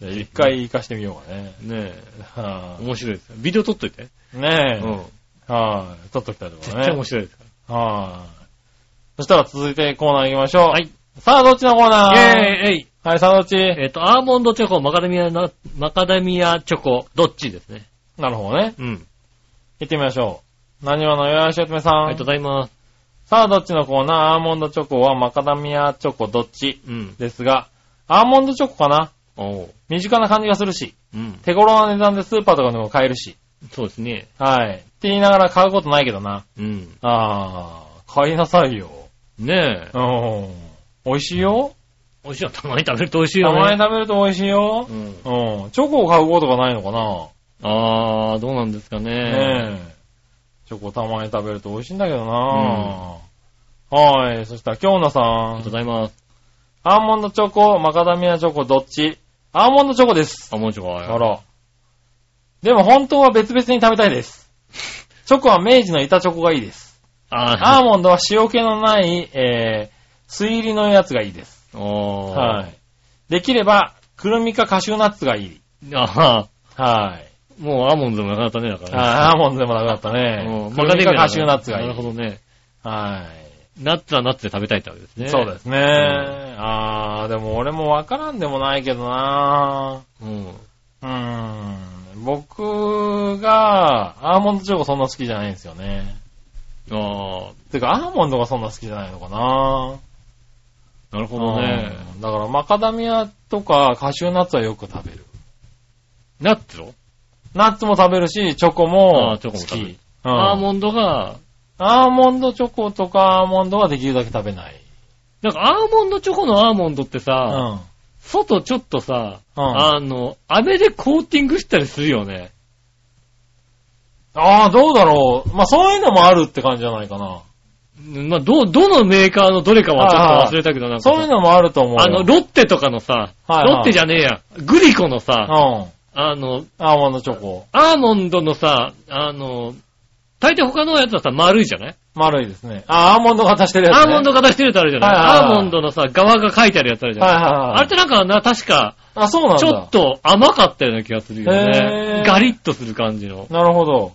ーじゃあ一回行かしてみようかね。ねえ。は面白いですよ。ビデオ撮っといて。あねうえ。ん。はい。撮っときたいとこ絶ろ対面ね。白いですかはい。そしたら続いてコーナー行きましょう。ら。はい。さあ、どっちのコーナーイェーイえいはい、さあ、どっちえっと、アーモンドチョコ、マカダミアな、マカダミアチョコ、どっちですね。なるほどね。うん。行ってみましょう。何話のよやしおとめさん。ありがとうございます。さあ、どっちのコーナーアーモンドチョコはマカダミアチョコどっちうん。ですが、アーモンドチョコかなおう。身近な感じがするし、うん。手頃な値段でスーパーとかでも買えるし。そうですね。はい。って言いながら買うことないけどな。うん。あー、買いなさいよ。ねえ。うん。美味しいよ。美味しいよ。たまに食べると美味しい名よね。前食べると美味しいよ。うん。うん。チョコを買うことがないのかなあー、どうなんですかね。ねえ。チョコたまに食べると美味しいんだけどな、はい。そしたら、京奈さ。ありがとうんございます。アーモンドチョコ、マカダミアチョコ、どっちアーモンドチョコです。あ、もうちょこ。あら。でも本当は別々に食べた いです。チョコは明治の板チョコがいいです。アあーモンドは塩気のない、えー、水入りのやつがいいです。ー、おー。は。い。できれば、くるみかカシューナッツがいい。あはい。ー、もうアーモンドでもなかなかね、だからね。あーアーモンドでもなくなったうね。んくマるカみデミアだかからカシューナッツがいい。なるほどね。はい。ナッツはナッツで食べたいってわけですね。。そうですすね。あー、でも俺もわからんでもないけどなうん。うーん。僕が、アーモンドチョコそんな好きじゃないんですよね。ああ、てか、アーモンドがそんな好きじゃないのかななるほどね。うんだから、マカダミアとかカシューナッツはよく食べる。ナッツをナッツも食べるし、チョコあーもチョ好コも食き。べるうんアーモンドが、アーモンドチョコとかアーモンドはできるだけ食べない。なんかアーモンドチョコのアーモンドってうさ、ん。外ちょっとさ、うんあの、飴でコーティングしたりするよね。ああ、どうだろう。まあ、そういうのもあるって感じじゃないかな。まあ、ど、どのメーカーのどれかはちょっと忘れたけど、なんかさそういうのもあると思うよ。あの、ロッテとかのさ、はいはいロッテじゃねえや、グリコのさ、うん。あの、アーモンドチョコ。アーモンドのさ、あの、大抵他のやつはさ、丸いじゃない丸いですね。あ、アーモンド型してるやつ、ね。アーモンド形してるやつあるじゃない、はいはいはいアーモンドのさ、側が書いてあるやつあるじゃない、はいはいはい。あれってなんかな、確か、あ、そうなんだ。ちょっと甘かったような気がするよねへ。ーガリッとする感じの。なるほど。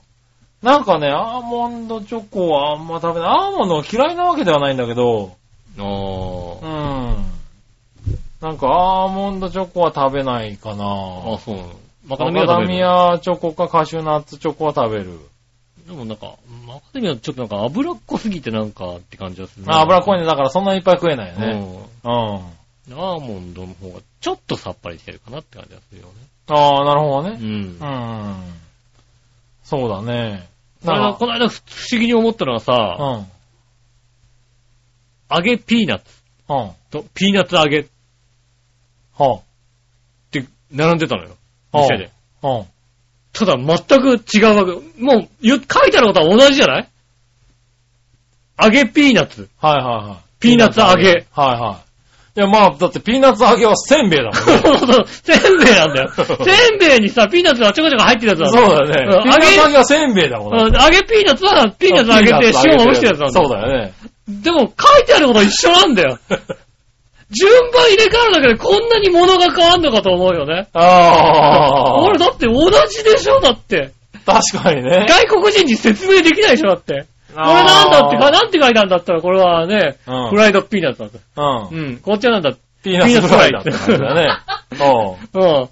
なんかね、アーモンドチョコはあんま食べない。アーモンドが嫌いなわけではないんだけど、あうん。なんかアーモンドチョコは食べないかあ、あな。そうなの。ママカダカミアダ食べミるアチョコかカシューナッツチョコは食べる。でもなんか、マカダミアちょっとなんか脂っこすぎてなんかって感じがするね、あ、脂っこいね。ね。だからそんなにいっぱい食えないよね。うん。うん。アーモンドの方がちょっとさっぱりしてるかなって感じがするよね。ああ、なるほどうね。んう。ん。そうだね。この間この間ふ不思議に思ったのはうさ、ん。揚げピーナッツうん。と、ピーナッツ揚げっはて並んでたのよ。あ店で。あ。うん。ただ全く違うわけ。もう、言う書いてあることは同じじゃない揚げピーナッツ。 はいはいはい。ピーナッツ揚げ。はいはい。いや、まあ、だってピーナッツ揚げはせんべい だもんそね。うそう、せんべいなんだ よ。せんべいにさ、ピーナッツがちょこちょこ入ってるやつそなんうだよ。だね。ピーナッツ揚げはせんべいだもんうん揚げピーナッツは、ピーナッツ揚げて塩を落してるやつなんだそうよ。だ よね。でも、書いてあることは一緒なんだよ。順番入れ替わるだけでこんなに物が変わんのかと思うよね。あ俺あ。だって同じでしょだって。確かにね。外国人に説明できないでしょだって。これなんだって、かなんて書いてあるんだったら、これはね、うんフライドピーナッツなんだ。うん。うん。こっちはなんだ。うん。ピーナッツフライだって感じだね。おうピーナ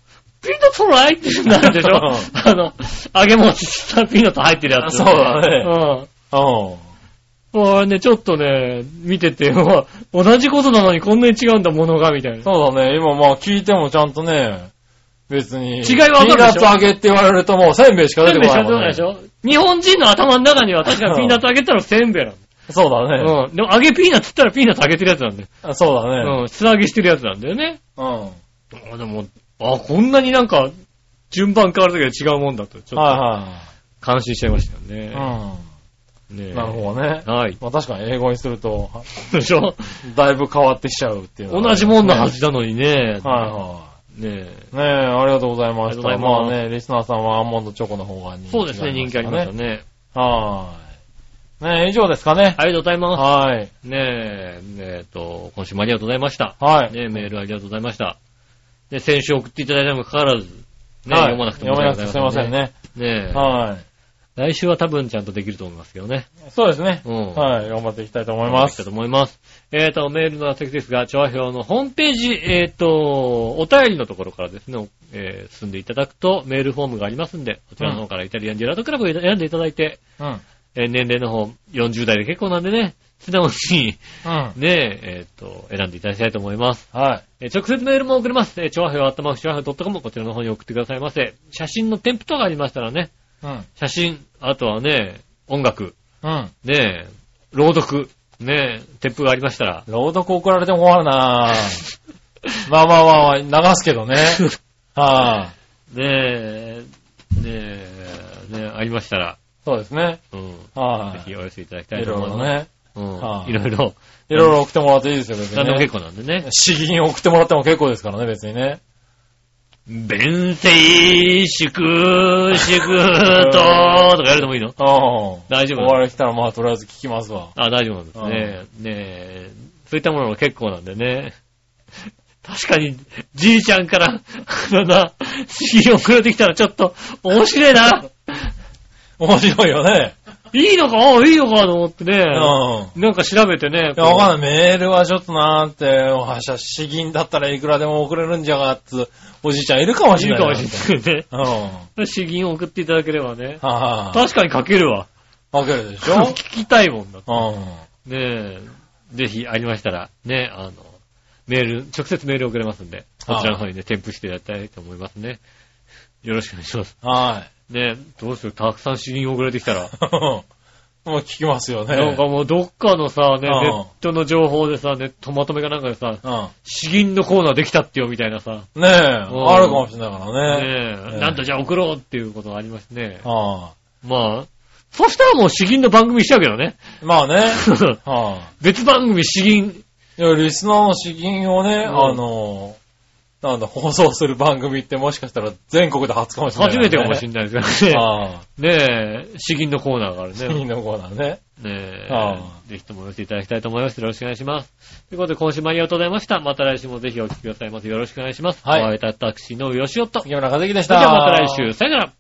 ッツフライってなるでしょ うんあの、揚げ餅したピーナッツ入ってるやつ。そうだねうん。おうこれね、ちょっとね、見てて、うわ同じことなのにこんなに違うんだ、ものが、みたいな。そうだね。今まあ聞いてもちゃんとね、別に。違いはわかるでしょピーナッツ揚げって言われるともうせんべいしかせ出んべていこしかない出もんないね。でしょ日本人の頭の中には確かにピーナッツ揚げたらせんべいなの。そうだね。うん。でも揚げピーナッツって言ったらピーナッツ揚げてるやつなんだよ。あそうだね。うん。素揚げしてるやつなんだよね。うん。はいあ、でも、あ、こんなになんか、順番変わるだけで違うもんだと、ちょっとは感心しちゃいましたよいね。はねい。うえん。なるほどね。はい。まあ確かに英語にすると、でしょだいぶ変わってきちゃうっていうのが同ねじもんのはずなのにね。はいはねえい。ねえ、ありがとうございましありがとうた。ございままあすね、リスナーさんはアーモンドチョコの方が人気がそうですね、人気ありましたね。ね。はーい。ねえ、以上ですかね。ありがとうございます。はい。ねえ、えっ、と、今週もありがとうございました。はい。ねえ、メールありがとうございました。で、先週送っていただいたにもかかわらず、ねえ、はい読まなくても読まなくてすいませんね。ねえ、は来週は多分ちゃんとできると思いますけどね。い。そうですね。うん。はい。頑張っていきたいと思いましたす。と思います。えっ、と、メールの宛先ですが、調和表のホームページ、えっ、と、お便りのところからですね、えー進んでいただくとメールフォームがありますんで、こちらの方からイタリアンジェラートクラブを選んでいただいて、うん。うん。えー年齢の方、40代で結構なんでね、素直に、はね、えっ、と、選んでいただきたいと思います。い。えー直接メールも送れます。えー、調和表、あったまく調和表 .com こちらの方に送ってくださいませ。写真の添付とかありましたらね、うん。写真、あとはね、音楽、うん。ねえ、朗読、ねえ、鉄風がありましたら、朗読送られても困るなぁ。まあまあまあまあ、流すけどね。はい。ねえ、ねえ、ねえ、ありましたら、そうですね。うん、ぜはひお寄せいただきい。たいいとろ思いいろます。ね。はいいろいろ。いろいろ、いろいろ送ってもらっていいですよ、別に何でもね結。構なんでね。詩吟送ってもらっても結構ですからね、別にね。弁正祝祝と、とかやるのもいいのうん。大大丈夫終わり来たら、まあ、とりあえず聞きますわ。あ、大丈夫なんですね。ねえ、そういったものも結構なんでね。確かに、じいちゃんから、あんな、CD 送られてきたらちょっと、面白いな。面白いよね。いいのかああ、いいのかと思ってね。うん。なんか調べてね。いや、わかんない。メールはちょっとなーって、はしゃ、詩吟だったらいくらでも送れるんじゃがっつ、おじいちゃんいるかもいしいれかなもい。しれないね。うん。は詩吟を送っていただければね。はぁ。確かに書けるわ。わけるでしょ聞きたいもんだって。うねえ、ぜひありましたら、ね、あの、メール、直接メール送れますんで、こちらの方にね、添付してやりたいと思いますね。よろしくお願いします。ん。はねえ、どうするたくさん詩吟送られてきた ら。い。 もう聞きますよね。なんかもうどっかのさ、ね、ネうんットの情報でさ、ネットまとめかなんかでさ、う詩吟のコーナーできたってよ、みたいなさ。ん。ねえ、んあるかもしれないからね。ねえ、えなんとじゃあ送ろうっていうことがありますね。はまあ、そしたらもう詩吟の番組しちゃうけどね。 ぁ。まあね。はぁ。別番組詩吟、いや、リスナーの資金をね、うんあの、なんだ、放送する番組ってもしかしたら全国で初かもしれない、初めてかもしれなないですかい。らね。ああ、ねえ、詩吟のコーナーがある資ね。金のコーナーね。ねあえ、ぜひとも寄せていただきたいと思います。よろしくお願いします。ということで、今週もありがとうございました。また来週もぜひお聞きくださいませ。よろしくお願いします。はいお会いいただきた私のよしおと。それ杉村和樹でした。ではまた来週。さよなら。